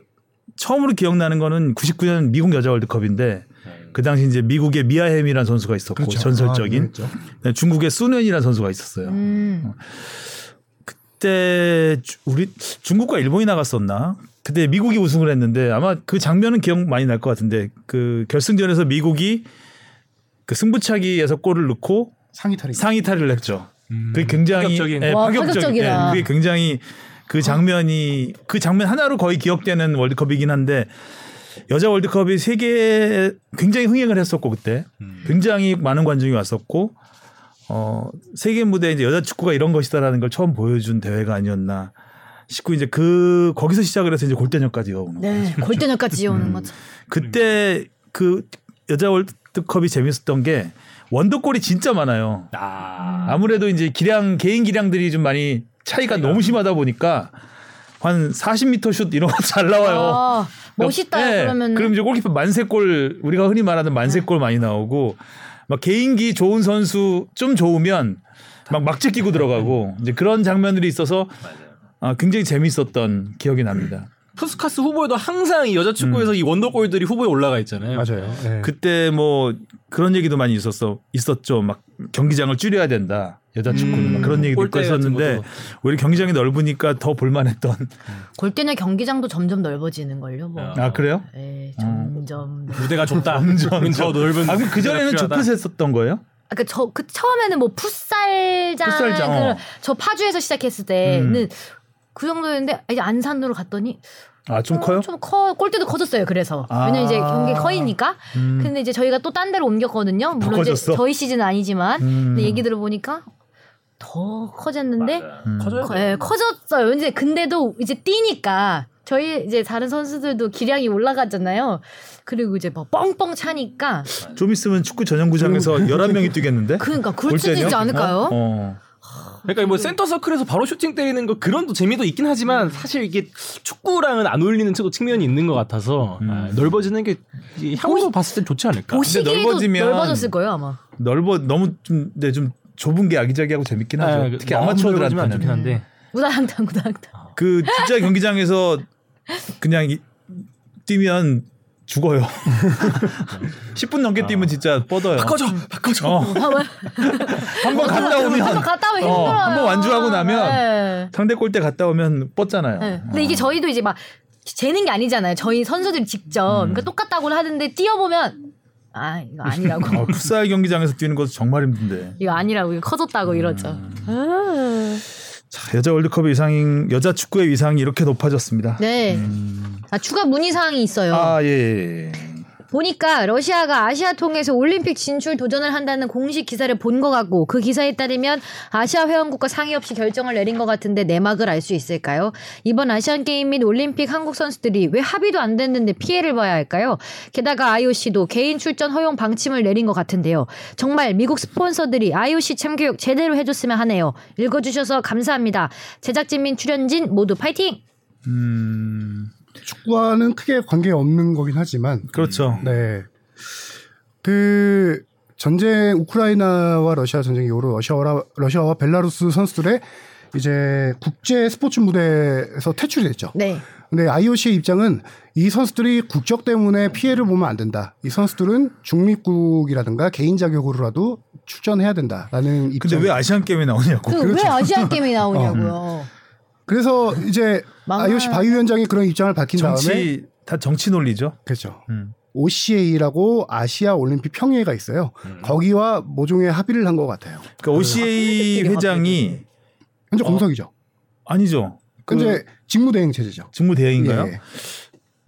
처음으로 기억나는 거는 99년 미국 여자 월드컵인데 그 당시 이제 미국의 미아햄이라는 선수가 있었고 그렇죠. 아, 전설적인 네, 그랬죠. 중국의 수년이라는 선수가 있었어요. 음. 그때 주- 우리 중국과 일본이 나갔었나? 그때 미국이 우승을 했는데 아마 그 장면은 기억 많이 날 것 같은데 그 결승전에서 미국이 그 승부차기에서 골을 넣고 상위 탈이. 상의 탈을 했죠. 그게 굉장히 파격적인. 예, 와, 파격적인- 파격적이다. 예, 그게 굉장히 그 장면이 그 장면 하나로 거의 기억되는 월드컵이긴 한데 여자 월드컵이 세계 굉장히 흥행을 했었고 그때 굉장히 많은 관중이 왔었고 어 세계 무대에 이제 여자 축구가 이런 것이다라는 걸 처음 보여준 대회가 아니었나 싶고 이제 그 거기서 시작을 해서 이제 골대전까지 이어오는 거예요. 네. 골대녀까지 음. 이어오는 거죠. 그때 그 여자 월드컵이 재밌었던 게 원더골이 진짜 많아요. 아. 아무래도 이제 기량 개인 기량들이 좀 많이 차이가 너무 심하다 보니까 한 40m 슛 이런 거 잘 나와요. 아, 멋있다 네. 그러면. 그럼 이제 골키퍼 만세골 우리가 흔히 말하는 만세골 많이 나오고 막 개인기 좋은 선수 좀 좋으면 막 막지 끼고 들어가고 이제 그런 장면들이 있어서 아, 굉장히 재밌었던 기억이 납니다. 푸스카스 후보에도 항상 이 여자 축구에서 이 원더골들이 후보에 올라가 있잖아요. 맞아요. 예. 그때 뭐 그런 얘기도 많이 있었어 있었죠. 막 경기장을 줄여야 된다. 여자 축구는 막 그런 얘기도 있고 음, 골대 같은 했었는데 것도. 오히려 경기장이 넓으니까 더 볼만했던. 골대녀 경기장도 점점 넓어지는 걸요. 뭐. 아 그래요? 예, 점점. 무대가 좁다. 더 넓은. 아, 그럼 그 전에는 필요하다. 좁혀서 했었던 거예요? 아까 저, 그 처음에는 뭐 풋살장. 풋살장, 어. 음. 그, 저 파주에서 시작했을 때는 그 정도였는데 이제 안산으로 갔더니 아 좀 어, 커요? 좀 커. 골대도 커졌어요. 그래서 아. 왜냐면 이제 경기 커이니까. 음. 근데 이제 저희가 또 딴 데로 옮겼거든요. 물론 이제 커졌어? 저희 시즌은 아니지만 음. 근데 얘기 들어보니까 더 커졌는데 음. 커져요. 커, 예, 커졌어요. 이제 근데도 이제 뛰니까 저희 이제 다른 선수들도 기량이 올라갔잖아요. 그리고 이제 막 뻥뻥 차니까 좀 있으면 축구 전용구장에서 11명이 뛰겠는데? 그 그러니까 올 때는요? 굴지지 않을까요? 어? 어. 그러니까 뭐 센터 서클에서 바로 슈팅 때리는 거 그런 또 재미도 있긴 음. 하지만 사실 이게 축구랑은 안 어울리는 또 측면이 있는 것 같아서 아, 넓어지는 게 이- 향후로 봤을 땐 좋지 않을까. 보시기에도 넓어지면- 넓어졌을 거예요 아마. 넓어 너무 좀 근데 좀 좁은 게 아기자기하고 재밌긴 하죠. 아, 특히 너무 넓어지면 안 좋긴 아마추어들한테는 한데. 우당탕 우당탕. 그 진짜 경기장에서 그냥 이- 뛰면 죽어요. 10분 넘게 뛰면 진짜 아, 뻗어요. 바꿔줘, 바꿔줘. 어. 한번 갔다 한번 오면 갔다 오면 어, 힘들어요. 한번 완주하고 나면 네. 상대 골대 갔다 오면 뻗잖아요. 네. 근데 이게 저희도 이제 막 재는 게 아니잖아요. 저희 선수들이 직접 음. 그러니까 똑같다고 하는데 뛰어보면 아 이거 아니라고. 어, 풋살 경기장에서 뛰는 것도 정말 힘든데. 이거 아니라고 이거 커졌다고 이러죠. 음. 아. 자, 여자 월드컵의 위상인 여자 축구의 위상이 이렇게 높아졌습니다. 네. 아 추가 문의 사항이 있어요. 음. 아 예, 예. 예. 보니까 러시아가 아시아 통해서 올림픽 진출 도전을 한다는 공식 기사를 본 것 같고 그 기사에 따르면 아시아 회원국과 상의 없이 결정을 내린 것 같은데 내막을 알 수 있을까요? 이번 아시안 게임 및 올림픽 한국 선수들이 왜 합의도 안 됐는데 피해를 봐야 할까요? 게다가 IOC도 개인 출전 허용 방침을 내린 것 같은데요. 정말 미국 스폰서들이 IOC 참교육 제대로 해줬으면 하네요. 읽어주셔서 감사합니다. 제작진 및 출연진 모두 파이팅! 축구와는 크게 관계 없는 거긴 하지만 그렇죠. 네. 그 전쟁 우크라이나와 러시아 전쟁 이후로 러시아와 러시아와 벨라루스 선수들의 이제 국제 스포츠 무대에서 퇴출이 됐죠. 네. 근데 IOC의 입장은 이 선수들이 국적 때문에 피해를 보면 안 된다. 이 선수들은 중립국이라든가 개인 자격으로라도 출전해야 된다라는 입장. 근데 왜 아시안 게임에 나오냐고. 그 왜 아시안 게임이 나오냐고요. 그래서 이제 망할- IOC 바위위원장이 그런 입장을 밝힌 다음에 정치 다 정치 논리죠. 그렇죠. 음. OCA라고 아시아 올림픽 평의회가 있어요. 음. 거기와 모종의 합의를 한 것 같아요. 그러니까 아, OCA 회장이 현재 어. 공석이죠. 아니죠. 근데 직무대행 체제죠. 직무 그 대행인가요? 예.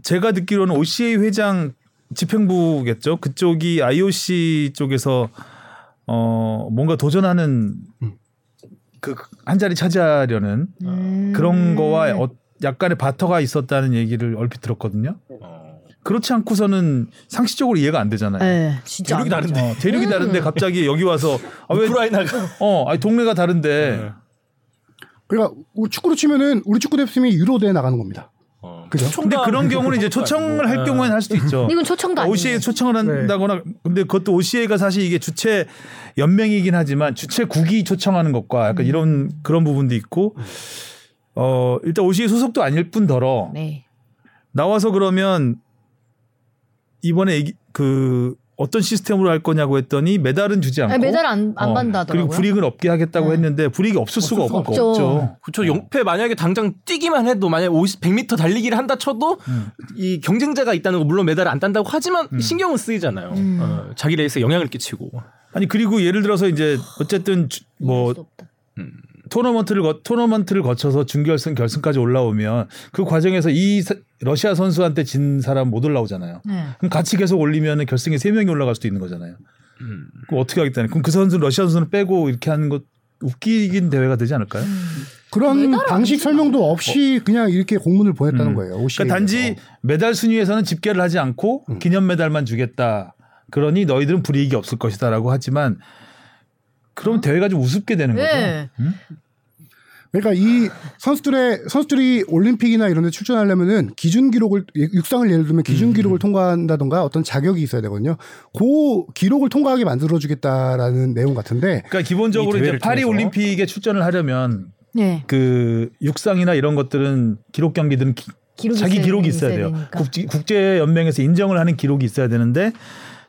제가 듣기로는 OCA 회장 집행부겠죠. 그쪽이 IOC 쪽에서 어 뭔가 도전하는 음. 그 한 자리 차지하려는 음. 어. 그런 거와 어, 약간의 바터가 있었다는 얘기를 얼핏 들었거든요. 그렇지 않고서는 상식적으로 이해가 안 되잖아요. 네, 음. 진짜. 대륙이 안 다른데. 어, 대륙이 다른데 갑자기 여기 와서 아, 왜, 우크라이나가 어, 아니, 동네가 다른데 그러니까 우리 축구로 치면은 우리 축구 대표팀이 유로대에 나가는 겁니다. 어. 그죠? 근데 그런 경우는 이제 초청을 할 경우에는 할 수도 있죠. 가죠. 이건 초청도 아니에요. 네. OCA 초청을 한다거나 근데 그것도 OCA가 사실 이게 주체 연맹이긴 하지만 주체국이 초청하는 것과 약간 음. 이런 그런 부분도 있고 어 일단 OCA 소속도 아닐 뿐더러 네. 나와서 그러면 이번에 얘기- 그 어떤 시스템으로 할 거냐고 했더니 메달은 주지 않고 아니, 메달 안, 안 어, 받는다더라고요. 그리고 불이익은 없게 하겠다고 네. 했는데 불이익이 없을 수가 없을 수가 없고 없죠. 없죠. 그쵸 영패 만약에 당장 뛰기만 해도 만약 50, 100m 달리기를 한다 쳐도 이 경쟁자가 있다는 거 물론 메달을 안 딴다고 하지만 신경은 쓰이잖아요. 음. 어, 자기 레이스에 영향을 끼치고. 아니 그리고 예를 들어서 이제 어쨌든 주- 뭐 수 없다. 토너먼트를 거, 토너먼트를 거쳐서 준결승 결승까지 올라오면 그 과정에서 이 사- 러시아 선수한테 진 사람 못 올라오잖아요. 네. 그럼 같이 계속 올리면 결승에 세 명이 올라갈 수도 있는 거잖아요. 그럼 어떻게 하겠다는? 그럼 그 선수 러시아 선수는 빼고 이렇게 하는 것 웃기긴 대회가 되지 않을까요? 그런 방식 설명도 없이 그냥 이렇게 공문을 보냈다는 거예요. 어. OCA. 뭐. 그러니까 단지 메달 순위에서는 집계를 하지 않고 음. 기념 메달만 주겠다. 그러니 너희들은 불이익이 없을 것이다라고 하지만 그럼 대회가 좀 우습게 되는 거죠. 네. 그러니까 이 선수들의 선수들이 올림픽이나 이런 데 출전하려면은 기준 기록을 육상을 예를 들면 음. 기준 기록을 통과한다던가 어떤 자격이 있어야 되거든요. 그 기록을 통과하게 만들어 주겠다라는 내용 같은데 그러니까 기본적으로 이 이제 대회를 파리 통해서? 올림픽에 출전을 하려면 네. 그 육상이나 이런 것들은 기록 경기들은 기- 기록이 자기 있어야- 기록이 있어야, 있어야 돼요. 되니까. 국제, 국제 연맹에서 인정을 하는 기록이 있어야 되는데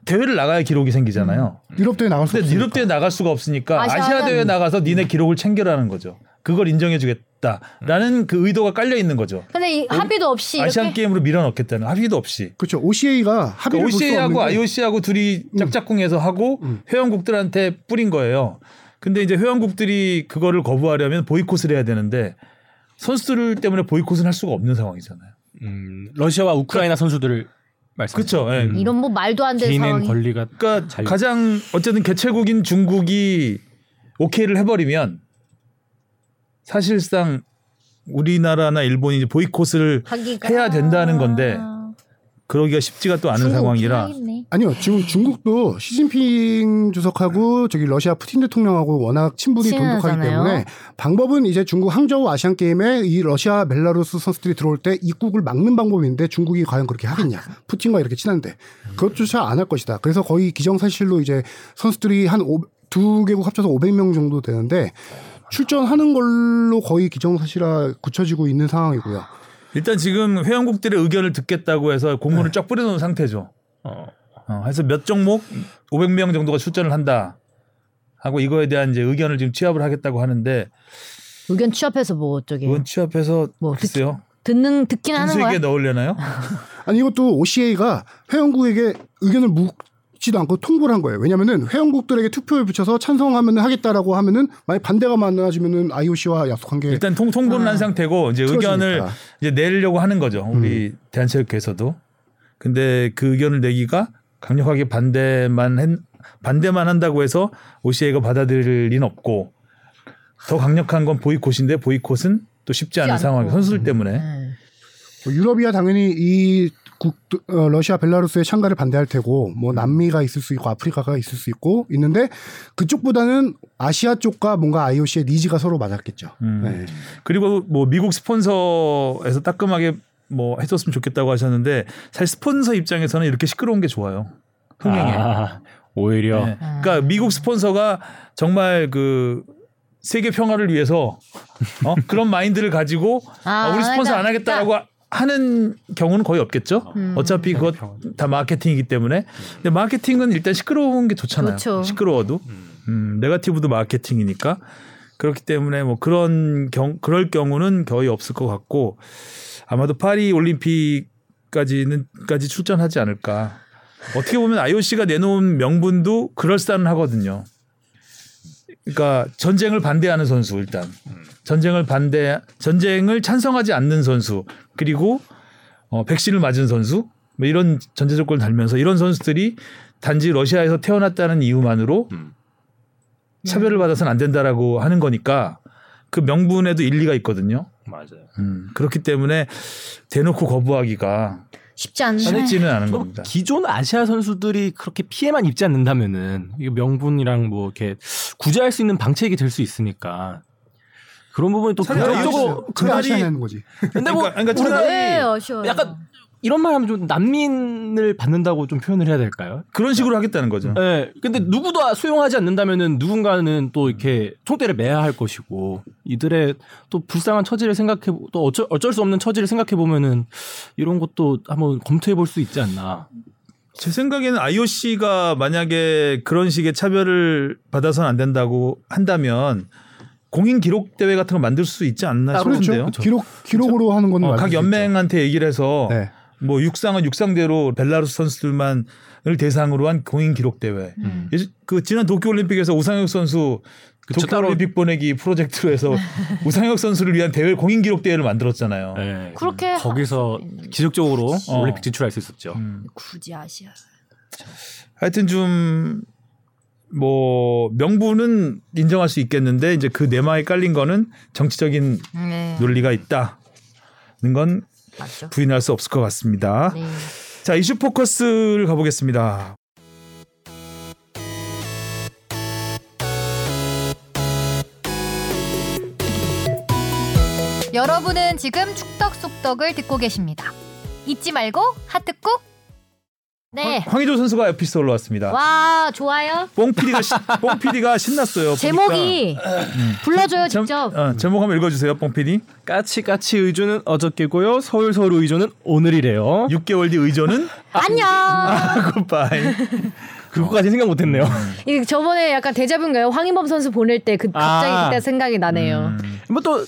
대회를 나가야 기록이 생기잖아요. 유럽 대회 나갈 수 음. 근데 없으니까. 유럽 대회 나갈 수가 없으니까 음. 아시아는- 음. 아시아 대회 나가서 니네 기록을 챙겨라는 거죠. 그걸 인정해주겠다라는 그 의도가 깔려 있는 거죠. 근데 이 합의도 없이 아시안 이렇게 게임으로 밀어넣겠다는 합의도 없이. 그렇죠. OCA가 그 합의를 볼수 음. 없는 OCA하고 게 IOC하고 둘이 짝짝꿍해서 하고 회원국들한테 뿌린 거예요. 근데 이제 회원국들이 그거를 거부하려면 보이콧을 해야 되는데 선수들 때문에 보이콧은 할 수가 없는 상황이잖아요. 음, 러시아와 우크라이나 선수들을 말씀. 그렇죠. 예. 음. 이런 뭐 말도 안 되는 개인의 상황이 권리가 그러니까 자유. 가장 어쨌든 개최국인 중국이 오케이를 해버리면 사실상 우리나라나 일본이 이제 보이콧을 하기가 아. 해야 된다는 건데 그러기가 쉽지가 또 않은 중국 상황이라 해야겠네. 아니요, 지금 중국도 시진핑 주석하고 저기 러시아 푸틴 대통령하고 워낙 친분이 돈독하기 친하잖아요. 때문에 방법은 이제 중국 항저우 아시안 게임에 이 러시아 벨라루스 선수들이 들어올 때 입국을 막는 방법인데 중국이 과연 그렇게 하겠냐? 푸틴과 이렇게 친한데 그것조차 안 할 것이다. 그래서 거의 기정사실로 이제 선수들이 한 두 개국 합쳐서 500명 정도 되는데 출전하는 걸로 거의 기정사실화 굳혀지고 있는 상황이고요. 일단 지금 회원국들의 의견을 듣겠다고 해서 네. 공문을 쫙 뿌려놓은 상태죠. 어. 어, 그래서 몇 종목 500명 정도가 출전을 한다 하고 이거에 대한 이제 의견을 지금 취합을 하겠다고 하는데 의견 취합해서 뭐 어쩌게 의원 취합해서 뭐 글쎄요 듣는 듣긴 하는 거야. 분수에게 넣으려나요? 아니 이것도 OCA가 회원국에게 의견을 묻지도 않고 통보를 한 거예요. 왜냐면은 회원국들에게 투표를 붙여서 찬성하면 하겠다라고 하면은 만약 반대가 많아지면은 IOC와 약속한 게 일단 통, 통보는 아. 한 상태고 이제 의견을 틀어지니까. 이제 내려고 하는 거죠. 우리 대한체육회에서도. 근데 그 의견을 내기가 강력하게 반대만 했, 반대만 한다고 해서 OCA가 받아들일 리는 없고 더 강력한 건 보이콧인데 보이콧은 또 쉽지 않은 쉽지 상황이 않고. 선수들 때문에 음. 뭐 유럽이야 당연히 이 국, 어, 러시아 벨라루스의 참가를 반대할 테고 뭐 남미가 있을 수 있고 아프리카가 있을 수 있고 있는데 그쪽보다는 아시아 쪽과 뭔가 IOC의 니즈가 서로 맞았겠죠. 음. 네. 그리고 뭐 미국 스폰서에서 따끔하게 뭐 해줬으면 좋겠다고 하셨는데 사실 스폰서 입장에서는 이렇게 시끄러운 게 좋아요. 흥행에. 아, 오히려 네. 그러니까 미국 스폰서가 정말 그 세계 평화를 위해서 어? 그런 마인드를 가지고 아, 아, 우리 스폰서 안 안 하겠다라고 하는 경우는 거의 없겠죠. 음. 어차피 그것 다 마케팅이기 때문에. 근데 마케팅은 일단 시끄러운 게 좋잖아요. 그렇죠. 시끄러워도 음, 네가티브도 마케팅이니까 그렇기 때문에 뭐 그런 경 그럴 경우는 거의 없을 것 같고 아마도 파리 올림픽까지는까지 출전하지 않을까. 어떻게 보면 IOC가 내놓은 명분도 그럴싸는 하거든요. 그러니까 전쟁을 반대하는 선수 일단 전쟁을 반대 전쟁을 찬성하지 않는 선수 그리고 어, 백신을 맞은 선수 뭐 이런 전제 조건을 달면서 이런 선수들이 단지 러시아에서 태어났다는 이유만으로 음. 차별을 받아서는 안 된다라고 하는 거니까 그 명분에도 일리가 있거든요. 맞아요. 음, 그렇기 때문에 대놓고 거부하기가 쉽지 않네. 쉽지는 않은 또 겁니다. 기존 아시아 선수들이 그렇게 피해만 입지 않는다면은 이거 명분이랑 뭐 이렇게 구제할 수 있는 방책이 될 수 있으니까 그런 부분이 또 사실 긍정적으로 아시아에서- 그 그날이- 아시아에 하는 거지. 근데 뭐 그러니까- 그러니까 우리나라 왜 네, 아쉬워요? 약간 이런 말 하면 좀 난민을 받는다고 좀 표현을 해야 될까요? 그런 식으로 하겠다는 거죠. 네, 근데 누구도 수용하지 않는다면은 누군가는 또 음. 이렇게 총대를 매야 할 것이고 이들의 또 불쌍한 처지를 생각해 또 어쩔, 어쩔 수 없는 처지를 생각해 보면은 이런 것도 한번 검토해 볼 수 있지 않나. 제 생각에는 IOC가 만약에 그런 식의 차별을 받아서는 안 된다고 한다면 공인 기록 대회 같은 거 만들 수 있지 않나 따로 싶은데요. 그렇죠. 기록 기록으로 하는 건 어, 맞을 각 수 연맹한테 얘기를 해서 있죠. 네. 뭐 육상은 육상대로 벨라루스 선수들만을 대상으로 한 공인 기록 대회. 음. 예전- 그 지난 도쿄올림픽에서 우상혁 선수 그쵸, 도쿄올림픽 보내기 프로젝트로 해서 우상혁 선수를 위한 대회 공인 기록 대회를 만들었잖아요. 네. 그렇게 음. 거기서 할 수- 기적적으로 어. 올림픽 진출할 수 있었죠. 음. 굳이 아시아. 그러니까. 하여튼 좀 뭐 명분은 인정할 수 있겠는데 이제 그 내막에 깔린 거는 정치적인 네. 논리가 있다는 건 맞죠. 부인할 수 없을 것 같습니다. 네. 자 이슈 포커스를 가보겠습니다. 여러분은 지금 축덕 속덕을 듣고 계십니다. 잊지 말고 하트 꾹. 네. 황희조 선수가 에피스 올라왔습니다. 와 좋아요. 뽕 PD가 뽕 PD가 신났어요. 제목이 음. 불러줘요 보니까. 직접. 제, 어, 제목 한번 읽어주세요, 뽕 PD. 까치 까치 의조는 어저께고요. 서울 서울 의조는 오늘이래요. 6개월 뒤 의전은 안녕. 굿바이. 그거까지 생각 못했네요. 이 저번에 약간 대자뷰인가요? 황인범 선수 보낼 때 그 갑자기 아. 그때 생각이 나네요. 음. 뭐 또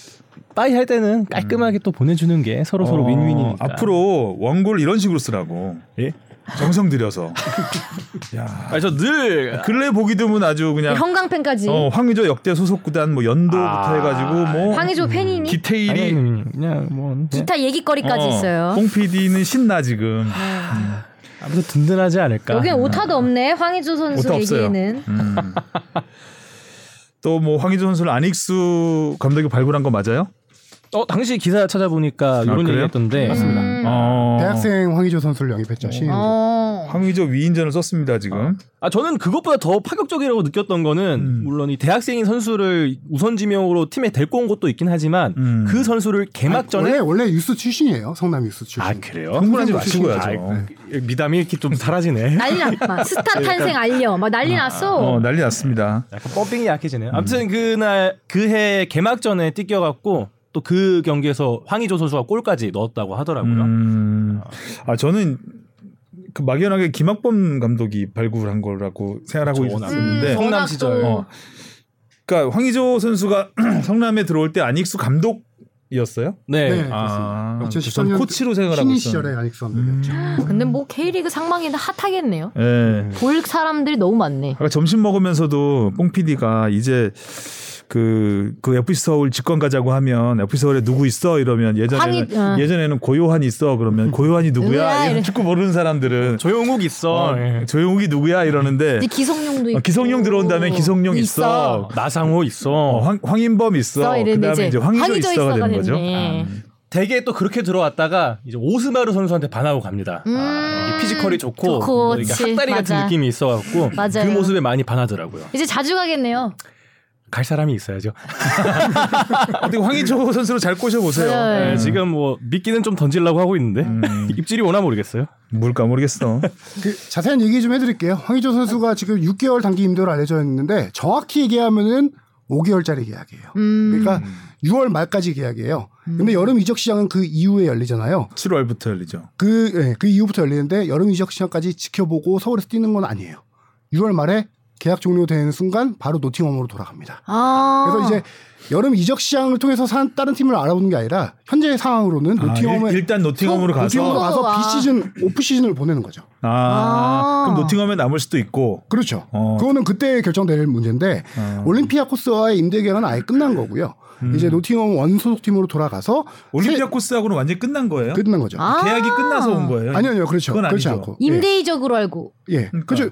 빠이 할 때는 음. 깔끔하게 또 보내주는 게 서로 서로 어, 윈윈이니까. 앞으로 원고를 이런 식으로 쓰라고. 예? 정성 들여서. 야, 아, 저늘 근래 보기 드문 아주 그냥 형광펜까지. 어, 황의조 역대 소속 구단 뭐 연도부터 아, 해가지고 뭐 네. 황의조 팬이니 디테일이 그냥 뭐 기타 얘기거리까지 있어요. 아. 뽕 PD는 신나 지금. 아무튼 든든하지 않을까. 여기는 오타도 없네. 황의조 선수 오타 없어요. 음. 얘기에는. 또 뭐 황의조 선수를 안익수 감독이 발굴한 거 맞아요? 어 당시 기사 찾아보니까 이런 그래요? 얘기했던데. 맞습니다. 음. 어. 대학생 황의조 선수를 영입했죠. 시인. 어. 황의조 위인전을 썼습니다 지금. 아 저는 그것보다 더 파격적이라고 느꼈던 거는 음. 물론 이 대학생인 선수를 우선 지명으로 팀에 데리고 온 것도 있긴 하지만 음. 그 선수를 원래 개막전에 원래 유스 출신이에요. 성남 유스 출신. 아, 아, 네. 그래요? 흥분하지 마시고요. 저. 그 미담이 이렇게 좀 사라지네. 난리 났다. 스타 탄생 알려. 막 난리 났어. 예, 그러니까. 어 난리 났습니다. 약간 펌핑이 약해지네요. 아무튼 그날 그해 개막전에 뛰겨갖고 또 그 경기에서 황의조 선수가 골까지 넣었다고 하더라고요. 음. 아 저는 그 막연하게 김학범 감독이 발굴한 거라고 생각하고 저건 안 있었는데 성남 워낙 시절. 또 어. 그러니까 황의조 선수가 성남에 들어올 때 안익수 감독이었어요? 네. 네. 아, 그렇습니다. 그래서 2013년 저는 코치로 생각하고 있었는데. 신인 음. 시절에 안익수 감독이었죠. 근데 뭐 K리그 상망이나 핫하겠네요. 예. 음. 볼 사람들이 너무 많네. 아까 점심 먹으면서도 뽕 PD가 이제 그, 그 FC 서울 직관 가자고 하면 FC 서울에 누구 있어? 이러면 예전에는, 황희- 어. 예전에는 고요한 있어. 그러면 고요한이 누구야? 누구야? 이런 이래. 축구 모르는 사람들은 조용욱 있어. 어, 예. 조용욱이 누구야? 이러는데 이제 기성용도 있고. 어, 기성용 들어온 다음에 기성용 있어. 나상호 있어. 어, 황, 황인범 있어. 있어. 그 이랬는데 다음에 이제 황의조, 있어가 되는 됐네. 거죠. 아, 음. 대개 또 그렇게 들어왔다가 이제 오스마르 선수한테 반하고 갑니다. 아, 음. 이게 피지컬이 좋고, 좋고, 뭐 이렇게 그치. 학다리 같은 맞아. 느낌이 있어갖고 맞아요. 그 모습에 많이 반하더라고요. 이제 자주 가겠네요. 갈 사람이 있어야죠. 어떻게 황의조 선수로 잘 꼬셔보세요. 네. 네, 지금 뭐 미끼는 좀 던지려고 하고 있는데 입질이 오나 모르겠어요. 뭘까 모르겠어. 그 자세한 얘기 좀 해드릴게요. 황의조 선수가 지금 6개월 단기 임대로 알려져 있는데 정확히 얘기하면은 5개월짜리 계약이에요. 그러니까 6월 말까지 계약이에요. 근데 여름 이적 시장은 그 이후에 열리잖아요. 7월부터 열리죠. 그, 예, 그 이후부터 열리는데 여름 이적 시장까지 지켜보고 서울에서 뛰는 건 아니에요. 6월 말에 계약 종료되는 순간 바로 노팅엄으로 돌아갑니다. 아. 그래서 이제 여름 이적 시장을 통해서 산- 다른 팀을 알아보는 게 아니라 현재 상황으로는 아, 노팅엄에 일- 일단 노팅엄으로 가서 노팅엄으로 가서 아. 비시즌 오프 시즌을 보내는 거죠. 아, 아. 그럼 노팅엄에 남을 수도 있고. 그렇죠. 어. 그거는 그때 결정될 문제인데 올림피아 코스와의 임대 계약은 아예 끝난 거고요. 음. 이제 노팅엄 원 소속팀으로 돌아가서 올림피아 코스하고는 완전히 끝난 거예요? 끝난 거죠. 아. 아. 계약이 끝나서 온 거예요? 니요 아니요, 그렇죠. 그건 그렇지 아니죠. 그러니까. 않고 임대 이적으로 알고. 예, 예. 그렇죠.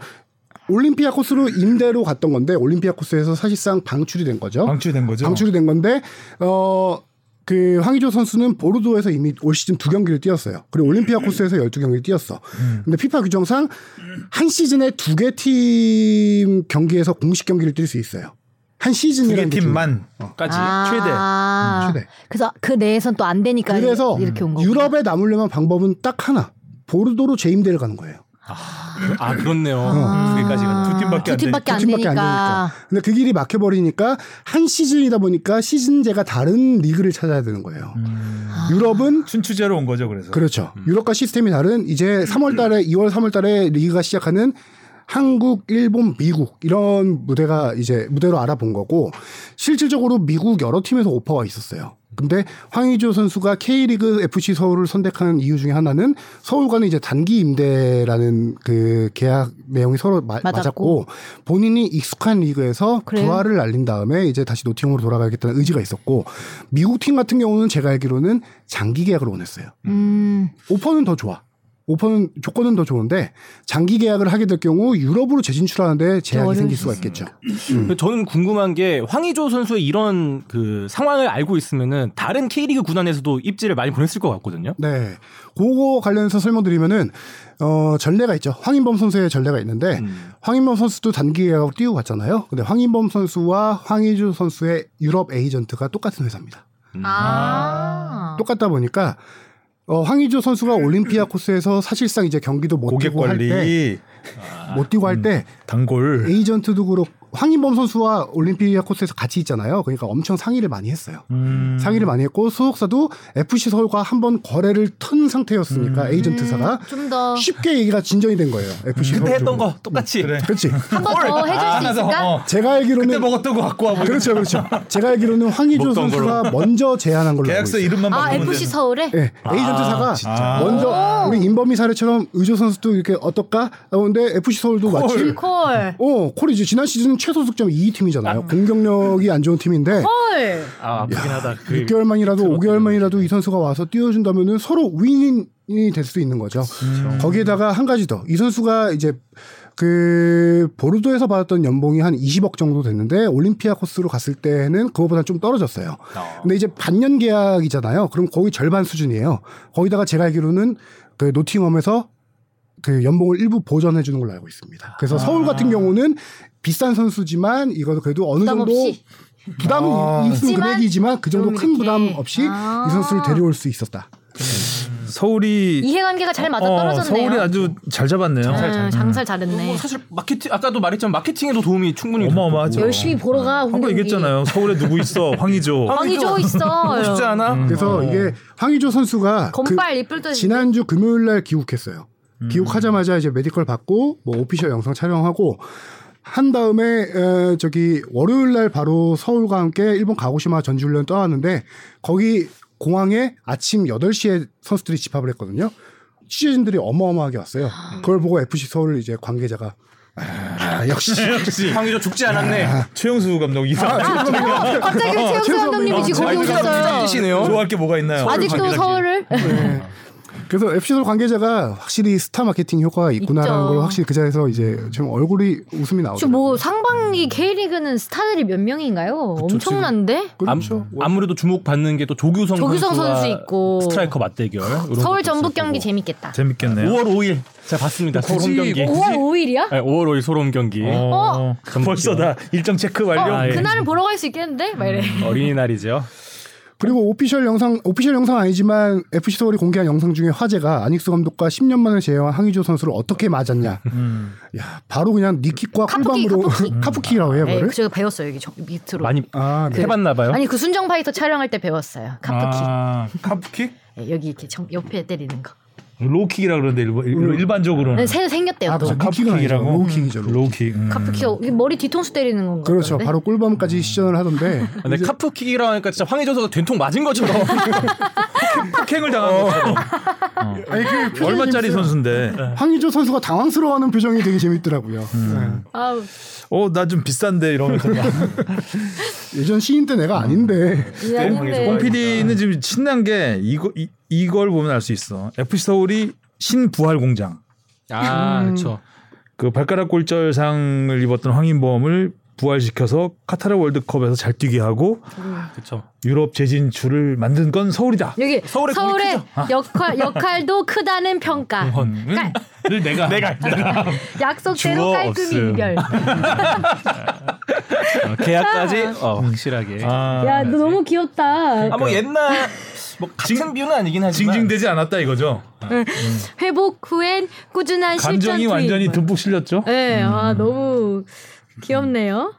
올림피아 코스로 임대로 갔던 건데 올림피아 코스에서 사실상 방출이 된 거죠. 방출된 거죠? 방출이 된 건데 어. 그 황의조 선수는 보르도에서 이미 올 시즌 두 경기를 뛰었어요. 그리고 올림피아 코스에서 12경기를 뛰었어. 음. 근데 피파 규정상 한 시즌에 두 개 팀 경기에서 공식 경기를 뛸 수 있어요. 한 두 시즌이라는 개 게 좀- 팀만. 까지 음, 아. 최대. 그래서 그 내에선 또 안 되니까 그래서 그러니까 이렇게 온 거고. 유럽에 남으려면 방법은 딱 하나. 보르도로 재임대를 가는 거예요. 최대. 아 그렇네요. 아. 두 개까지가. 두 팀밖에 안두두 팀밖에 그러니까 안 팀밖에 안 되니까. 되니까. 근데 그 길이 막혀버리니까 한 시즌이다 보니까 시즌제가 다른 리그를 찾아야 되는 거예요. 음. 아. 유럽은 춘추제로 온 거죠, 그래서. 그렇죠. 유럽과 시스템이 다른 이제 3월달에 2월 3월달에 리그가 시작하는 한국, 일본, 미국 이런 무대가 이제 무대로 알아본 거고 실질적으로 미국 여러 팀에서 오퍼가 있었어요. 근데 황의조 선수가 K리그 FC 서울을 선택한 이유 중에 하나는 서울과는 이제 단기 임대라는 그 계약 내용이 서로 마- 맞았고. 맞았고. 본인이 익숙한 리그에서 그래요? 부활을 날린 다음에 이제 다시 노팅으로 돌아가겠다는 의지가 있었고 미국 팀 같은 경우는 제가 알기로는 장기 계약을 원했어요. 음. 오퍼는 더 좋아. 오퍼는 조건은 더 좋은데 장기 계약을 하게 될 경우 유럽으로 재진출하는데 제약이 어려울 생길 수 수가 있겠죠. 근데 저는 궁금한 게 황의조 선수의 이런 그 상황을 알고 있으면은 다른 K리그 구단에서도 입질을 많이 보냈을 것 같거든요. 네, 그거 관련해서 설명드리면은 어 전례가 있죠. 황인범 선수의 전례가 있는데 음. 황인범 선수도 단기 계약으로 뛰고 갔잖아요. 근데 황인범 선수와 황의주 선수의 유럽 에이전트가 똑같은 회사입니다. 아. 똑같다 보니까 어, 황의조 선수가 올림피아 코스에서 사실상 이제 경기도 못 고객 음. 뛰고 할뭐 때 음, 못 관리, 뛰고 할 때 단골. 에이전트도 그렇고 황인범 선수와 올림피아 코스에서 같이 있잖아요. 그러니까 엄청 상의를 많이 했어요. 음. 상의를 많이 했고 소속사도 FC 서울과 한번 거래를 튼 상태였으니까 음. 에이전트사가 음, 좀더 쉽게 얘기가 진전이 된 거예요. FC 음. 서울 그때 했던 쪽으로. 거 똑같이. 그래. 그렇지. 한 번 더 아, 해줄 수 하나 더, 있을까? 어. 제가 알기로는 그때 먹었던 거 갖고 와보 네. 그렇죠, 그렇죠. 제가 알기로는 황의조 먹던 걸로. 선수가 먼저 제안한 걸로 알고 계약서 있어요. 이름만 아 바꾸면 FC 서울에 예, 에이전트사가 아, 진짜. 아. 먼저 우리 인범이 사례처럼 의조 선수도 이렇게 어떨까? 그런데 FC 서울도 마침 콜. 어 콜이죠. 지난 시즌 최소 득점 2위 팀이잖아요. 공격력이 안 좋은 어, 팀인데 콜. 아, 아프긴 하다. 그 6개월만이라도 5개월만이라도 이 선수가 와서 띄워준다면은 서로 윈이 될 수 있는 거죠. 거기에다가 한 가지 더 이 선수가 이제 그 보르도에서 받았던 연봉이 한 20억 정도 됐는데 올림피아 코스로 갔을 때는 그거보다 좀 떨어졌어요. 아. 뭐 근데 이제 반년 계약이잖아요. 그럼 거의 절반 수준이에요. 거기다가 제가 알기로는 그 노팅엄에서 그 연봉을 일부 보전해 주는 걸로 알고 있습니다. 그래서 서울 같은 경우는 비싼 선수지만 이거 그래도 어느 부담 정도 없이? 부담은 아. 있는 있지만 금액이지만 그 정도 좀 큰 부담 이렇게. 없이 아. 이 선수를 데려올 수 있었다. 서울이 이해관계가 잘 맞아 어, 떨어졌네요. 서울이 아주 잘 잡았네요. 음. 응, 장사를 뭐 잘했네. 사실 마케팅 아까도 말했지만 마케팅에도 도움이 충분히 어마어마하죠. 열심히 보러 가. 한 번 홍대국이. 얘기했잖아요. 서울에 누구 있어? 황의조. 황의조 있어. 하고 싶지 않아? 그래서 이게 황의조 선수가 그 건발 이쁠 때 지난주 금요일 날 기욱했어요. 기욱하자마자 이제 메디컬 받고 뭐 오피셜 영상 촬영하고 한 다음에 에, 저기 월요일 날 바로 서울과 함께 일본 가고시마 전지훈련 떠났는데 거기 공항에 아침 8시에 선수들이 집합을 했거든요. 취재진들이 어마어마하게 왔어요. 아. 그걸 보고 FC 서울 이제 관계자가 아, 역시 역시 황의조 죽지 않았네. 아. 아, 최영수 감독 이상. 갑자기 최영수 감독님이 지금 아, 거기 오셨어요. 뜻이네요. 좋아할 게 뭐가 있나요? 아직도 서울을 네. 그래서 FC 서울 관계자가 확실히 스타 마케팅 효과가 있구나라는 있죠. 걸 확실히 그 자리에서 이제 지금 얼굴이 웃음이 나오죠. 지금 뭐 상반기 K리그는 스타들이 몇 명인가요? 엄청난데? 그렇죠. 아무래도 주목받는 게 또 조규성, 조규성 선수와 선수 있고. 스트라이커 맞대결. 이런 서울 것도 전북 있었고. 경기 재밌겠다. 재밌겠네요. 5월 5일 제가 봤습니다. 서울 홈 경기. 5월 5일이야? 네, 5월 5일 서울 홈 경기. 어, 어? 벌써 다 일정 체크 완료. 아, 예. 음, 그날은 보러 갈 수 있겠는데? 막 이래. 어린이날이죠. 그리고 오피셜 영상 오피셜 영상 아니지만 FC 서울이 공개한 영상 중에 화제가 아닉스 감독과 10년 만에 재회한 항의조 선수를 어떻게 맞았냐. 음. 야 바로 그냥 니킥과 카푸키, 꿀밤으로 카푸키. 카푸키라고 해요, 에이, 그거를. 그 제가 배웠어요 여기 저 밑으로. 많이 아, 네. 해봤나 봐요. 아니 그 순정 파이터 촬영할 때 배웠어요. 카프키 아, 카프킥? 예, 여기 이렇게 정- 옆에 때리는 거. 로우킥이라 그러는데 일반, 음. 일- 일반적으로는 네, 새 생겼대요 아, 또. 그죠. 그렇죠. 카프킥이라고. 로우킥이죠, 네. 로우킥. 로우킥. 음. 카프키가 우리 머리 뒤통수 때리는 건가? 그렇죠. 보던데? 바로 꿀밤까지 시전을 하던데. 근데 카프킥이라 하니까 진짜 황의조 선수가 된통 맞은 것처럼. 폭행을 당한 것처럼. 아니, 그 표정이 얼마짜리 재밌어요. 선수인데. 황의조 선수가 당황스러워하는 표정이 되게 재밌더라고요. 음. 네. 아우, 어, 나 좀 비싼데 이러면서. 네. 네. 예전 시인 때 내가 음. 아닌데. 이 아닌데. 홍 PD는 지금 신난 게 이거 이, 이걸 보면 알 수 있어. FC 서울이 신부활 공장. 아, 그렇죠. 그 발가락 골절상을 입었던 황인범을 부활시켜서 카타르 월드컵에서 잘 뛰게 하고 그렇죠. 유럽 재진출을 만든 건 서울이다. 뭐, 여기 서울의 서울의, 역할 역할도 크다는 평가. 헌을 내가 내가 약속대로 주어 깔끔히 없음. 이별. 어, 계약까지 어, 예. 확실하게. 아, 야, 너 너무 귀엽다. 뭐 옛날 뭐 같은 비유는 아니긴 하지만. 징징대지 않았다 이거죠. 회복 후엔 꾸준한 실전 감정이 투입. 완전히 듬뿍 실렸죠. 네, 아 너무 귀엽네요.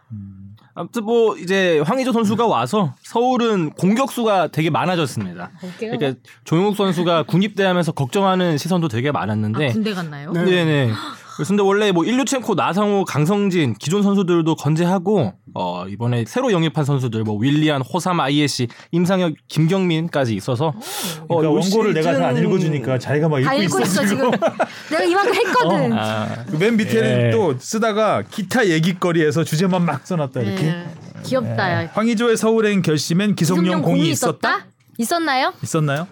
아무튼 뭐 이제 황의조 선수가 와서 서울은 공격수가 되게 많아졌습니다. 어깨가 그러니까 조용욱 선수가 군입대하면서 걱정하는 시선도 되게 많았는데 아, 군대 갔나요? 네. 네네. 그래서 근데 원래 뭐 일류첸코, 나상호, 강성진 기존 선수들도 건재하고 어 이번에 새로 영입한 선수들 뭐 윌리안, 호삼, 아이에시, 임상혁, 김경민까지 있어서 어, 그러니까 올 원고를 내가 다 안 시즌- 읽어주니까 자기가 막 다 읽고 읽고 있어. 있어 지금. 내가 이만큼 했거든. 아, 그 맨 밑에는 예. 또 쓰다가 기타 얘기거리에서 주제만 막 써놨다 이렇게. 네, 귀엽다. 황의조의 서울행 결심엔 기성용 공이 있었다? 있었나요? 있었나요?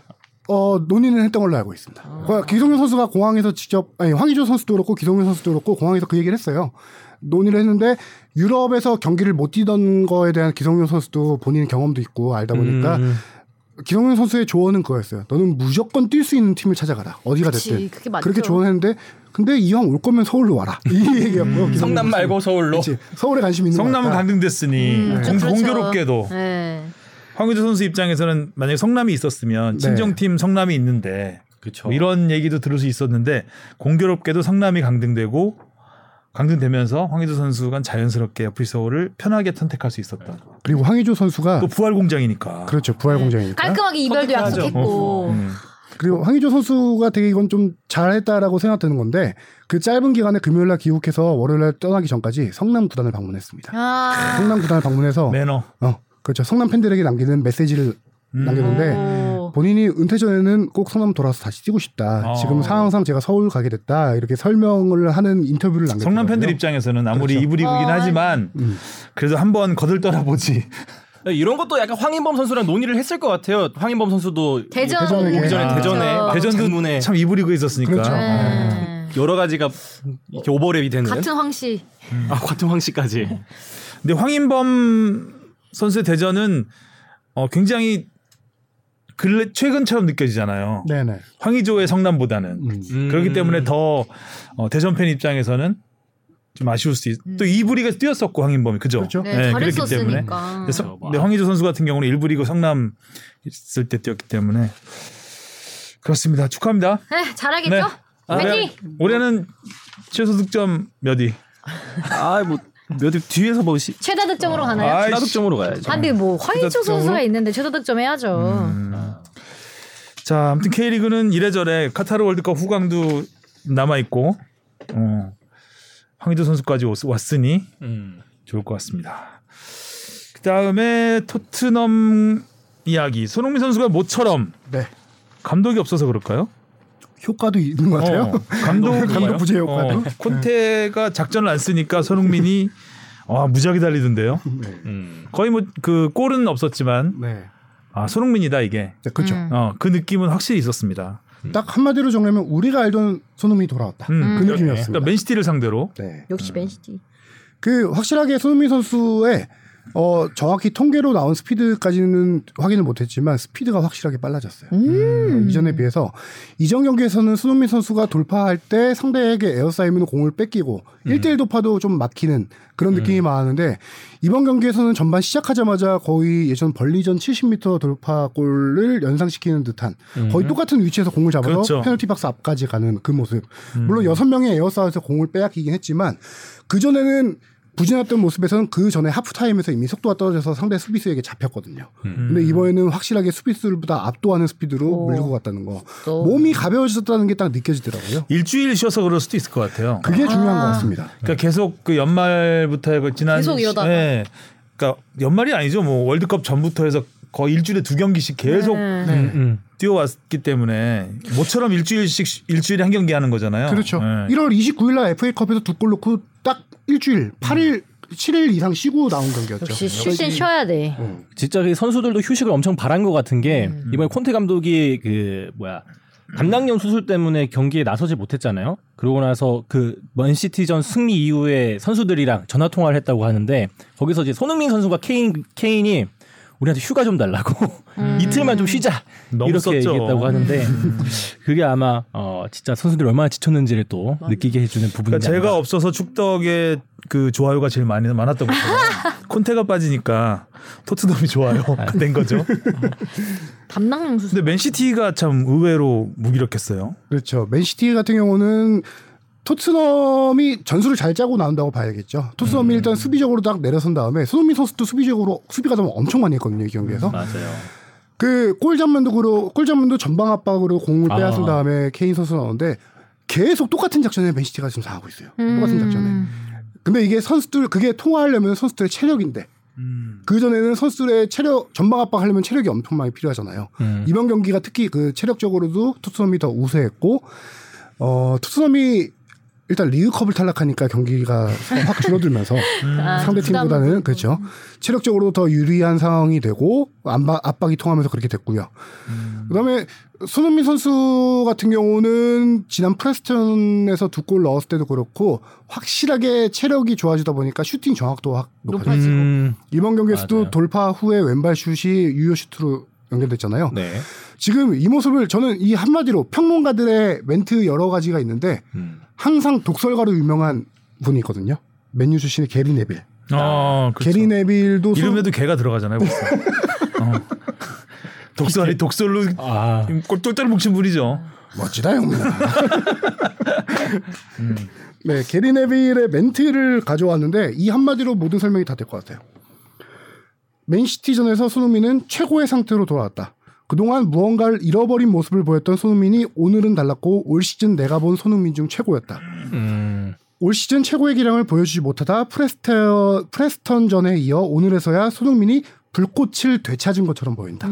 어 논의는 했던 걸로 알고 있습니다. 아. 그러니까 기성용 선수가 공항에서 직접 아니 황의조 선수도 그렇고 기성용 선수도 그렇고 공항에서 그 얘기를 했어요. 논의를 했는데 유럽에서 경기를 못 뛰던 거에 대한 기성용 선수도 본인 경험도 있고 알다 보니까 음. 기성용 선수의 조언은 그거였어요. 너는 무조건 뛸 수 있는 팀을 찾아가라. 어디가 그치, 됐든 그게 맞죠. 음. 렇게 조언했는데 근데 이왕 올 거면 서울로 와라. 이 얘기였고 성남 말고 서울로. 서울에 관심 있는 성남은 것 같다. 강등됐으니 음, 공, 그렇죠. 공교롭게도 네. 황의조 선수 입장에서는 만약에 성남이 네. 있었으면 친정팀 성남이 있는데 그렇죠. 뭐 이런 얘기도 들을 수 있었는데 공교롭게도 성남이 강등되고 강등되면서 황의조 선수가 자연스럽게 FC서울을 편하게 선택할 수 있었다. 그리고 황의조 선수가 또 부활 공장이니까. 그렇죠 네. 부활 공장이니까 깔끔하게 이별도 선택하죠. 약속했고 음. 그리고 황의조 선수가 되게 이건 좀 잘했다라고 생각되는 건데 그 짧은 기간에 금요일날 귀국해서 월요일날 떠나기 전까지 성남 구단을 방문했습니다. 아. 성남 구단을 방문해서 매너. 어 그렇죠 성남 팬들에게 남기는 메시지를 네. 음. 남겼는데 오. 본인이 은퇴 전에는 꼭 성남 돌아서 다시 뛰고 싶다. 어. 지금 상황상 제가 서울 가게 됐다 이렇게 설명을 하는 인터뷰를 남겼거든요. 성남 팬들 입장에서는 아무리 네, 그렇죠. 이불이긴 어, 하지만 음. 그래도 한번 거들떠나 보지. 이런 것도 약간 황인범 선수랑 논의를 했을 것 같아요. 황인범 선수도 대전 대전에 오기 오기 전에 전에 예, 대전에 그렇죠. 아, 대전- 대전도 장문에. 참 이불이고 있었으니까. 네. 그렇죠. 어. 네. 여러 가지가 이렇게 오버랩이 되는 같은 황씨 아 같은 황씨까지 근데 황인범 선수의 대전은 어, 굉장히 근래 최근처럼 느껴지잖아요. 네네. 황의조의 성남보다는 음. 그렇기 때문에 더 어, 대전 팬 입장에서는 좀 아쉬울 수 있. 또 이브리가 뛰었었고 황인범이 그죠? 그렇죠. 음. 네, 잘했었으니까. 네, 근데 음. 성- 근데 황의조 선수 같은 경우는 일부리고 성남 있을 때 뛰었기 때문에 그렇습니다. 축하합니다. 네, 잘하겠죠? 네. 화이팅! 올해, 는 최소 득점 몇 위? 아뭐몇 뒤에서 뭐 시, 최다 득점으로 가나요? 아이씨. 신화득점으로 가야죠. 아, 근데 뭐 화이초 최다 선수가 득점으로? 있는데 최다 득점 해야죠. 음, 자, 아무튼 K리그는 이래저래 카타르 월드컵 후광도 남아 있고 어, 황의조 선수까지 왔- 왔으니 음. 좋을 것 같습니다. 그 다음에 토트넘 이야기. 손흥민 선수가 모처럼 네. 감독이 없어서 그럴까요? 효과도 있는 것 같아요. 어, 감독 어, 감독 부재 효과도. 콘테가 작전을 안 쓰니까 손흥민이 아 무지하게 달리던데요. 네. 음. 거의 뭐 그 골은 없었지만 네. 아 손흥민이다 이게. 네, 그렇죠. 음. 어 그 느낌은 확실히 있었습니다. 딱 한마디로 정리하면 우리가 알던 손흥민이 돌아왔다. 음. 그 그러니까 느낌이었습니다. 맨시티를 상대로 네. 역시 맨시티. 그 확실하게 손흥민 선수의 어 정확히 통계로 나온 스피드까지는 확인을 못했지만 스피드가 확실하게 빨라졌어요. 음. 이전에 비해서 이전 경기에서는 손흥민 선수가 돌파할 때 상대에게 에어사이면 공을 뺏기고 음. 일 1대1 돌파도 좀 막히는 그런 느낌이 많았는데 이번 경기에서는 전반 시작하자마자 거의 예전 벌리전 70m 돌파골을 연상시키는 듯한 거의 똑같은 위치에서 공을 잡아서 음. 그렇죠. 페널티 박스 앞까지 가는 그 모습. 물론 여섯 명의 에어사에서 공을 빼앗기긴 했지만 그 전에는 부진했던 모습에서는 그 전에 하프타임에서 이미 속도가 떨어져서 상대 수비수에게 잡혔거든요. 근데 이번에는 확실하게 수비수보다 압도하는 스피드로 오. 물리고 갔다는 거. 또. 몸이 가벼워졌다는 게 딱 느껴지더라고요. 일주일 쉬어서 그럴 수도 있을 것 같아요. 그게 중요한 아. 것 같습니다. 그러니까 계속 그 연말부터 해고 지난 계속 이러다가. 예. 그러니까 연말이 아니죠. 뭐 월드컵 전부터 해서 거의 일주일에 두 경기씩 계속 음, 음, 네. 뛰어왔기 때문에 모처럼 일주일씩 쉬- 일주일에 한 경기 하는 거잖아요. 그렇죠. 예. 1월 29일 날 FA컵에서 두 골 넣고 딱 일주일, 8일, 7일 이상 쉬고 나온 경기였죠. 역시 쉴 땐 쉬어야 돼. 진짜 그 선수들도 휴식을 엄청 바란 것 같은 게 음. 이번에 콘테 감독이 그 뭐야 감당염 수술 때문에 경기에 나서지 못했잖아요. 그러고 나서 그 먼시티전 승리 이후에 선수들이랑 전화 통화를 했다고 하는데 거기서 이제 손흥민 선수가 케인 케인이 우리한테 휴가 좀 달라고 음. 이틀만 좀 쉬자 너무 이렇게 썼죠. 얘기했다고 하는데 그게 아마 어 진짜 선수들이 얼마나 지쳤는지를 또 느끼게 해주는 부분이 그러니까 제가 없어서 축덕의 그 좋아요가 제일 많이 많았던 거예요. 콘테가 빠지니까 토트넘이 좋아요 된 거죠. 담낭 수술. 근데 맨시티가 참 의외로 무기력했어요. 그렇죠. 맨시티 같은 경우는 토트넘이 전술을 잘 짜고 나온다고 봐야겠죠. 토트넘이 일단 수비적으로 딱 내려선 다음에 손흥민 선수도 수비적으로 수비가 좀 엄청 많이 했거든요 이 경기에서. 맞아요. 그 골 장면도 그로 골 장면도 전방 압박으로 공을 아. 빼앗은 다음에 케인 선수 나오는데 계속 똑같은 작전에 맨시티가 지금 당하고 있어요. 음. 똑같은 작전에. 근데 이게 선수들 그게 통화하려면 선수들의 체력인데 음. 그 전에는 선수들의 체력 전방 압박하려면 체력이 엄청 많이 필요하잖아요. 이번 경기가 특히 그 체력적으로도 토트넘이 더 우세했고 어 토트넘이 일단 리그컵을 탈락하니까 경기가 확 줄어들면서 아, 음. 상대 부담도 팀보다는 그렇죠 체력적으로 더 유리한 상황이 되고 안바, 압박이 통하면서 그렇게 됐고요. 그다음에 손흥민 선수 같은 경우는 지난 프레스턴에서 두 골 넣었을 때도 그렇고 확실하게 체력이 좋아지다 보니까 슈팅 정확도가 확 높아졌어요. 높아지고. 음. 이번 경기에서도 맞아요. 돌파 후에 왼발 슛이 유효 슈트로 연결됐잖아요. 네. 지금 이 모습을 저는 이 한마디로 평론가들의 멘트 여러 가지가 있는데 음. 항상 독설가로 유명한 분이 있거든요. 맨유 출신의 게리 네빌. 아, 그렇죠. 게리 네빌도 손- 이름에도 개가 들어가잖아요. 벌써. 어. 독설이 독설로 아 꼴똘똘 뭉친 분이죠. 멋지다 형님. 네, 게리 네빌의 멘트를 가져왔는데 이 한마디로 모든 설명이 다 될 것 같아요. 맨시티전에서 손흥민은 최고의 상태로 돌아왔다. 그동안 무언가를 잃어버린 모습을 보였던 손흥민이 오늘은 달랐고 올 시즌 내가 본 손흥민 중 최고였다. 음. 올 시즌 최고의 기량을 보여주지 못하다 프레스테, 프레스턴전에 이어 오늘에서야 손흥민이 불꽃을 되찾은 것처럼 보인다.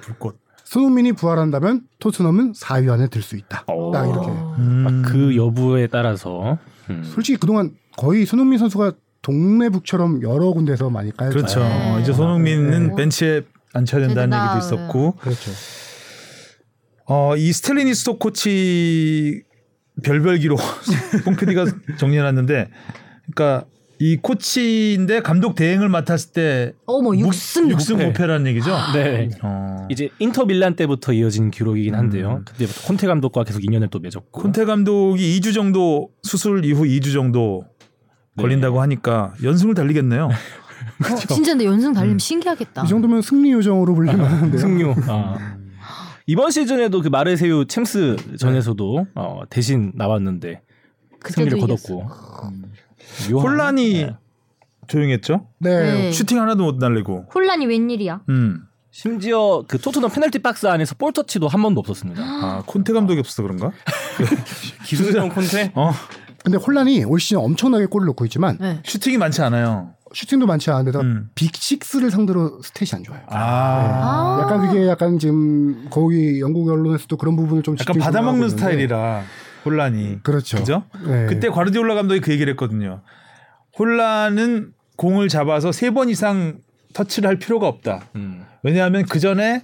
불꽃. 손흥민이 부활한다면 토트넘은 4위 안에 들 수 있다. 딱 이렇게. 음, 아, 그 여부에 따라서 음. 솔직히 그동안 거의 손흥민 선수가 동네북처럼 여러 군데서 많이 까였죠. 그렇죠. 네. 어, 이제 손흥민은 네. 벤치에 앉혀야 된다는 제대로 얘기도 나와요. 있었고 그렇죠. 어, 이 스텔리니 스토 코치 별별기로 뽕 PD가 정리해놨는데, 그러니까 이 코치인데 감독 대행을 맡았을 때 어머 무- 육승 육승 무패. 무패라는 얘기죠. 네. 어, 이제 인터 밀란 때부터 이어진 기록이긴 한데요. 음. 그때부터 콘테 감독과 계속 인연을 또 맺었고. 콘테 감독이 2주 정도 수술 이후 2주 정도 네. 걸린다고 하니까 연승을 달리겠네요. 어, 진짜 근데 연승 달리면 신기하겠다. 이 정도면 승리 요정으로 불릴만한데요. 승류. 아. 이번 시즌에도 그 마르세유 챔스 전에서도 어, 대신 나왔는데 그때도 승리를 이겼어. 거뒀고. 음. 음. 요 혼란이 네. 조용했죠. 네. 네. 슈팅 하나도 못 날리고. 혼란이 웬일이야? 음. 심지어 그 토트넘 페널티 박스 안에서 볼 터치도 한 번도 없었습니다. 아 콘테 감독이 없어서 그런가? 기술성 콘테. 어 근데 혼란이 올 시즌 엄청나게 골을 넣고 있지만 네. 슈팅이 많지 않아요. 슈팅도 많지 않은데다 음. 빅식스를 상대로 스탯이 안 좋아요. 아, 아. 약간 그게 약간 지금 거기 영국 언론에서도 그런 부분을 좀 약간 짙게 네. 조명하고 받아먹는 있는데. 스타일이라 혼란이. 그렇죠. 그죠? 네. 그때 과르디올라 감독이 그 얘기를 했거든요. 혼란은 공을 잡아서 세 번 이상 터치를 할 필요가 없다. 음. 왜냐하면 그 전에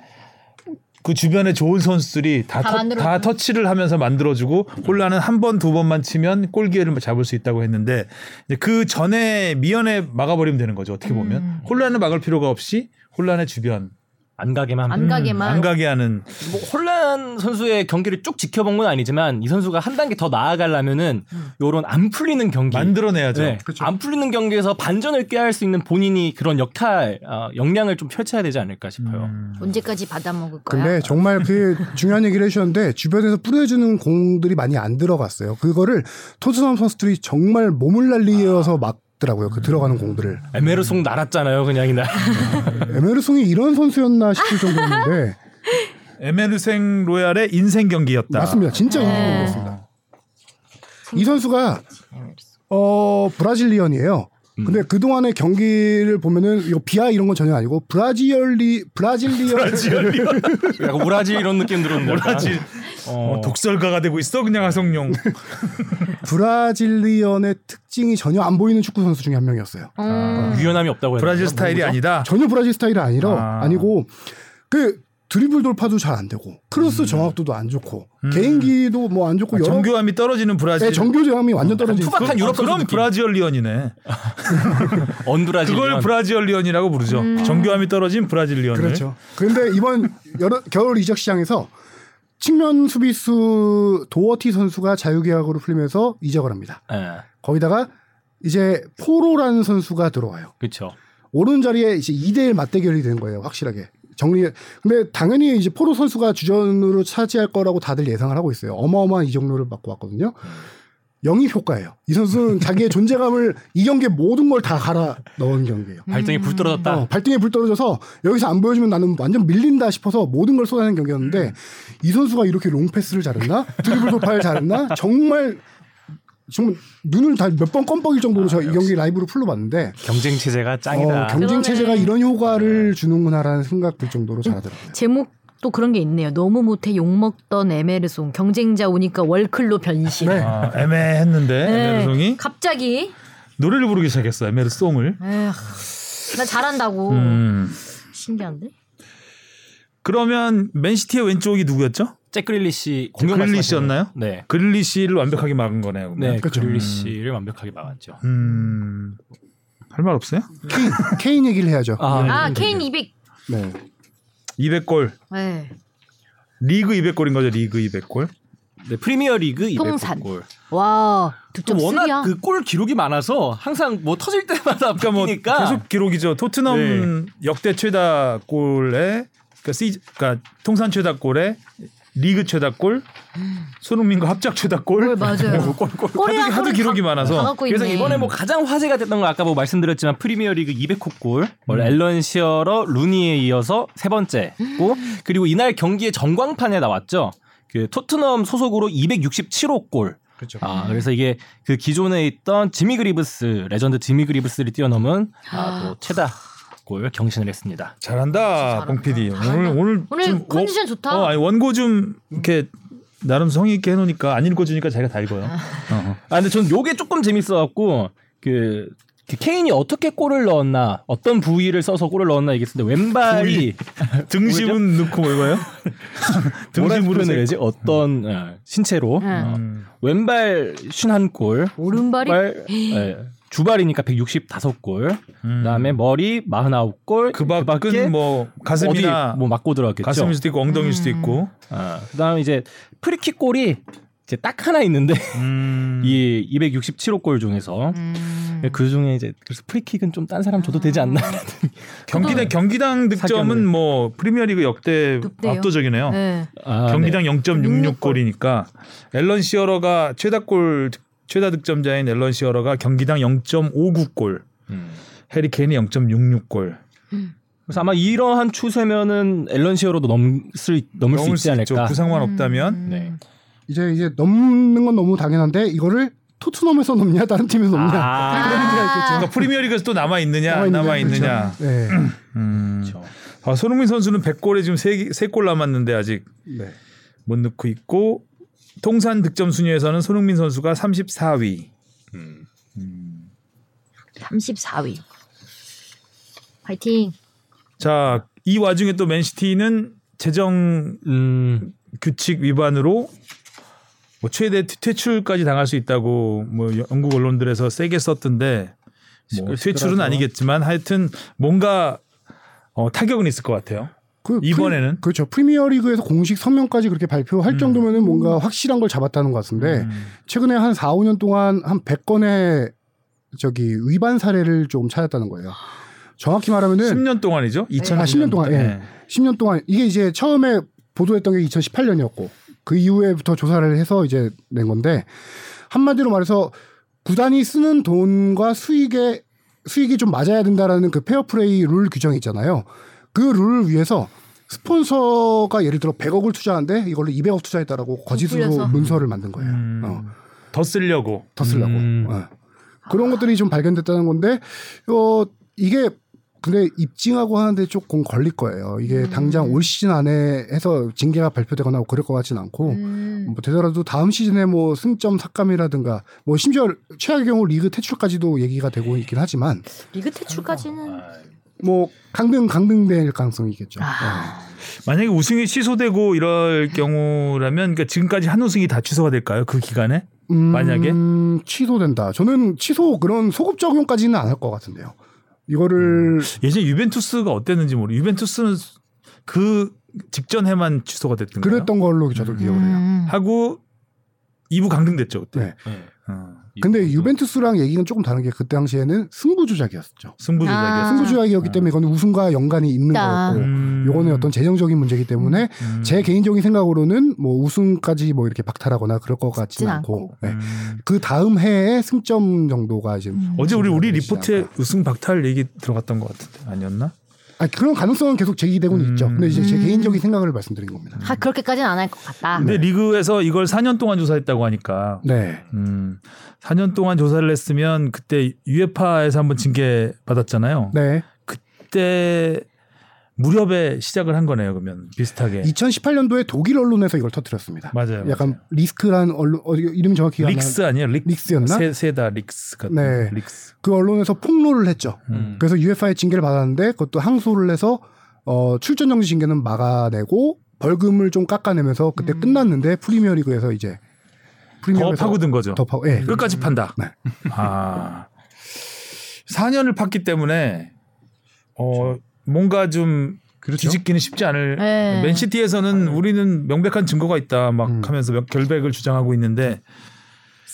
그 주변에 좋은 선수들이 다, 다 터, 만들어주고. 다 터치를 하면서 만들어주고 혼란은 한 번 두 번만 치면 골 기회를 잡을 수 있다고 했는데 이제 그 전에 미연에 막아버리면 되는 거죠. 어떻게 보면 음. 혼란을 막을 필요가 없이 혼란의 주변 음, 안 가게만 하면. 안 가게만. 안 가게 하는 뭐 혼란 선수의 경기를 쭉 지켜본 건 아니지만 이 선수가 한 단계 더 나아가려면은 음. 요런 안 풀리는 경기 만들어내야죠. 네. 안 풀리는 경기에서 반전을 꾀할 수 있는 본인이 그런 역할 어, 역량을 좀 펼쳐야 되지 않을까 싶어요. 음. 언제까지 받아먹을 거야? 근데 정말 그 중요한 얘기를 해주셨는데 주변에서 뿌려주는 공들이 많이 안 들어갔어요. 그거를 토트넘 선수들이 정말 몸을 날리어서 막더라고요. 그 들어가는 공들을. 에메르송 날았잖아요, 그냥 이날. 에메르송이 이런 선수였나 싶을 정도였는데 에메르생 로얄의 인생 경기였다. 맞습니다. 진짜 인생이었습니다. 어. 이 선수가 어 브라질리언이에요. 근데 그 동안의 경기를 보면은 이거 비하 이런 건 전혀 아니고 브라질리 브라질리언 약간 오라지 이런 느낌 들었는데. 오라지. 어, 그렇죠. 어, 독설가가 되고 있어 그냥 하성룡. 브라질리언의 특징이 전혀 안 보이는 축구 선수 중에 한 명이었어요. 유연함이 없다고 해야 아. 브라질 되나? 스타일이 뭐죠? 아니다. 전혀 브라질 스타일이 아니라 아. 아니고 그 드리블 돌파도 잘 안 되고 크로스 정확도도 안 좋고 개인기도 뭐 안 좋고 음. 아, 여러 정교함이 떨어지는 브라질. 네, 정교함이 아, 완전 떨어진 투박한 있어요. 유럽 선수 그럼 느낌. 브라질리언이네. 언브라질. 그걸 브라질리언이라고 부르죠. 정교함이 떨어진 브라질리언을. 그렇죠. 근데 이번 여러, 겨울 이적 시장에서 측면 수비수 도어티 선수가 자유계약으로 풀리면서 이적을 합니다. 예. 거기다가 이제 포로라는 선수가 들어와요. 그렇죠. 오른 자리에 이제 2대1 맞대결이 된 거예요. 확실하게. 정리 근데 당연히 이제 포로 선수가 주전으로 차지할 거라고 다들 예상을 하고 있어요. 어마어마한 이적료를 받고 왔거든요. 영입 효과예요. 이 선수는 자기의 존재감을 이 경기에 모든 걸 다 갈아 넣은 경기예요. 음. 발등에 불 떨어졌다. 어, 발등에 불 떨어져서 여기서 안 보여주면 나는 완전 밀린다 싶어서 모든 걸 쏟아낸 경기였는데 이 선수가 이렇게 롱패스를 잘했나 드리블 돌파를 잘했나 정말 정말 눈을 다 몇 번 껌뻑일 정도로 저 이 경기 라이브로 풀러봤는데 경쟁 체제가 짱이다. 어, 경쟁 체제가 이런 효과를 주는구나라는 생각 들 정도로 잘하더라고요. 제목도 그런 게 있네요. 너무 못해 욕먹던 에메르송 경쟁자 오니까 월클로 변신. 아, 애매했는데 네. 에메르송이 갑자기 노래를 부르기 시작했어. 에메르송을. 에휴, 나 잘한다고 음. 신기한데. 그러면 맨시티의 왼쪽이 누구였죠? 잭 그릴리시 공격 그릴리시였나요? 말씀하시는 거. 네. 그릴리시를 완벽하게 막은 거네요. 그러면. 네, 그렇죠. 그릴리시를 완벽하게 막았죠. 음. 할 말 없어요? 케인, 케인 얘기를 해야죠. 음. 아 케인 200. 네. 200골. 네. 리그 200골인 거죠. 리그 200골. 네, 프리미어 리그 통산. 200골. 와 득점 좀 쓰리야. 워낙 그 골 기록이 많아서 항상 뭐 터질 때마다 그러니까 뭐 바뀌니까 계속 기록이죠. 토트넘 네. 역대 최다 골에 그러니까, 시즌- 그러니까 통산 최다 골에 리그 최다골, 손흥민과 합작 최다골, 네, 맞아요. 하도, 골이랑 하도 골을 기록이 다- 다 많아서 갖고 그래서 있네. 이번에 뭐 가장 화제가 됐던 건 아까 뭐 말씀드렸지만 프리미어리그 200호 골, 음. 뭐 앨런 시어러 루니에 이어서 세 번째고 그리고 이날 경기의 전광판에 나왔죠. 그 토트넘 소속으로 267호 골. 그렇죠. 아 그래서 이게 그 기존에 있던 지미 그리브스 레전드 지미 그리브스를 뛰어넘은 아, 또 최다 골 경신을 했습니다. 잘한다, 봉 PD. 오늘 오늘 오늘 좀 컨디션 원- 좋다. 어, 아니 원고 좀 이렇게 나름 성의 있게 해놓으니까 안 읽어주니까 자기가 다 읽어요. 어. 아 근데 전 요게 조금 재밌어갖고 그, 그 케인이 어떻게 골을 넣었나 어떤 부위를 써서 골을 넣었나 얘기했는데 왼발이 등심은 넣고 뭐 이거요? 뭐라 등심으로 표현을 세- 해야지 음. 어떤 네. 어, 신체로 어, 왼발 51골 오른발이 발, 예, 주발이니까 165골 음. 그다음에 머리 49골 그 밖은 뭐 어디 가슴이나 뭐 맞고 들어갔겠죠 가슴일 수도 있고 엉덩이일 수도 음. 있고. 어, 그다음에 이제 프리킥 골이 이제 딱 하나 있는데 음. 이 267호 골 중에서 음. 그 중에 이제 그래서 프리킥은 좀 딴 사람 줘도 되지 않나 경기당 경기당 득점은 사견을. 뭐 프리미어리그 역대 높대요. 압도적이네요. 네. 아, 경기당 육육 0.66골이니까 앨런 시어러가 최다골 득- 최다 득점자인 앨런 시어러가 경기당 0.59골, 네. 음. 해리 케인이 0.66골. 그래서 아마 이러한 추세면은 앨런 시어로도 넘을 수, 넘을 수 있지 않을까. 부상만 없다면. 네. 이제 이제 넘는 건 너무 당연한데 이거를 토트넘에서 넘냐 다른 팀에서 넘냐 아, 그런 문제가 있겠죠. 그러니까 프리미어리그에서 또 남아 있느냐 안 남아 있느냐. 그렇죠. 네. 음. 그렇죠. 아, 손흥민 선수는 100골에 지금 세골 남았는데 아직 네. 못 넣고 있고 통산 득점 순위에서는 손흥민 선수가 34위. 34위. 파이팅. 자, 이 와중에 또 맨시티는 재정 음, 규칙 위반으로 뭐 최대 퇴- 퇴출까지 당할 수 있다고 뭐 여- 영국 언론들에서 세게 썼던데 뭐 시끌시끌하죠. 퇴출은 아니겠지만 하여튼 뭔가 어, 타격은 있을 것 같아요. 그 이번에는? 프리, 그렇죠. 프리미어리그에서 공식 선명까지 그렇게 발표할 정도면은 뭔가 확실한 걸 잡았다는 것 같은데 음. 최근에 한 4, 5년 동안 한 100건의 저기 위반 사례를 좀 찾았다는 거예요. 정확히 말하면은 10년 동안이죠. 2000년, 네. 네. 아, 10년 동안, 예. 10년 동안 이게 이제 처음에 보도했던 게 2018년이었고 그 이후에부터 조사를 해서 이제 낸 건데 한마디로 말해서 구단이 쓰는 돈과 수익에 수익이 좀 맞아야 된다라는 그 페어플레이 룰 규정이 있잖아요. 그 룰을 위해서 스폰서가 예를 들어 100억을 투자하는데 이걸로 200억 투자했다라고 거짓으로 부풀려서. 문서를 만든 거예요. 음. 어, 더 쓰려고. 더 쓰려고. 음. 어. 그런 것들이 좀 발견됐다는 건데 어, 이게 근데 입증하고 하는데 조금 걸릴 거예요. 이게 음. 당장 올 시즌 안에 해서 징계가 발표되거나 뭐 그럴 것 같진 않고 음. 뭐 되더라도 다음 시즌에 뭐 승점 삭감이라든가 뭐 심지어 최악의 경우 리그 퇴출까지도 얘기가 되고 있긴 하지만 리그 아, 퇴출까지는 아, 뭐 강등 강등될 가능성이겠죠. 예. 아. 만약에 우승이 취소되고 이럴 경우라면 그러니까 지금까지 한 우승이 다 취소가 될까요? 그 기간에? 음, 만약에? 취소된다. 저는 취소 그런 소급 적용까지는 안 할 것 같은데요. 음, 이거를 예전에 유벤투스가 어땠는지 모르. 유벤투스는 그 직전 해만 취소가 됐던 거예요. 그랬던 걸로 저도 기억을 해요. 음. 하고 2부 강등됐죠 그때. 네. 어, 근데 유벤투스랑 얘기는 조금 다른 게 그때 당시에는 승부 조작이었죠. 아. 승부조작이었어요. 승부 조작이었기 때문에 이거는 우승과 연관이 있는 있다. 거였고 네. 음. 요거는 어떤 재정적인 문제이기 때문에 음. 제 개인적인 생각으로는 뭐 우승까지 뭐 이렇게 박탈하거나 그럴 것 같지는 쉽진 않고 네. 음. 그 다음 해에 승점 정도가 지금 음. 어제 우리 우리 리포트에 않을까. 우승 박탈 얘기 들어갔던 것 같은데 아니었나? 아, 그런 가능성은 계속 제기되고는 음. 있죠. 근데 이제 제 음. 개인적인 생각을 말씀드린 겁니다. 하, 그렇게까지는 안 할 것 같다. 근데 리그에서 이걸 4년 동안 조사했다고 하니까 네. 음, 4년 동안 조사를 했으면 그때 UEFA에서 한번 징계 받았잖아요. 네. 그때 무렵에 시작을 한 거네요. 그러면 비슷하게 2018년도에 독일 언론에서 이걸 터뜨렸습니다. 맞아요. 약간 맞아요. 리스크란 언론 어, 이름 정확히 기억 안 릭스 아니에요? 릭, 릭스였나? 세, 세다 릭스 같은 네. 릭스. 그 언론에서 폭로를 했죠. 음. 그래서 UFA에 징계를 받았는데 그것도 항소를 해서 어, 출전 정지 징계는 막아내고 벌금을 좀 깎아내면서 그때 끝났는데 프리미어리그에서 이제 더 프리미어리그에서 파고든 거죠. 더 파고 예. 끝까지 판다. 네. 아. 4년을 팠기 때문에 어 뭔가 좀 그렇죠. 뒤집기는 쉽지 않을 네. 맨시티에서는 우리는 명백한 증거가 있다 막 음. 하면서 명- 결백을 주장하고 있는데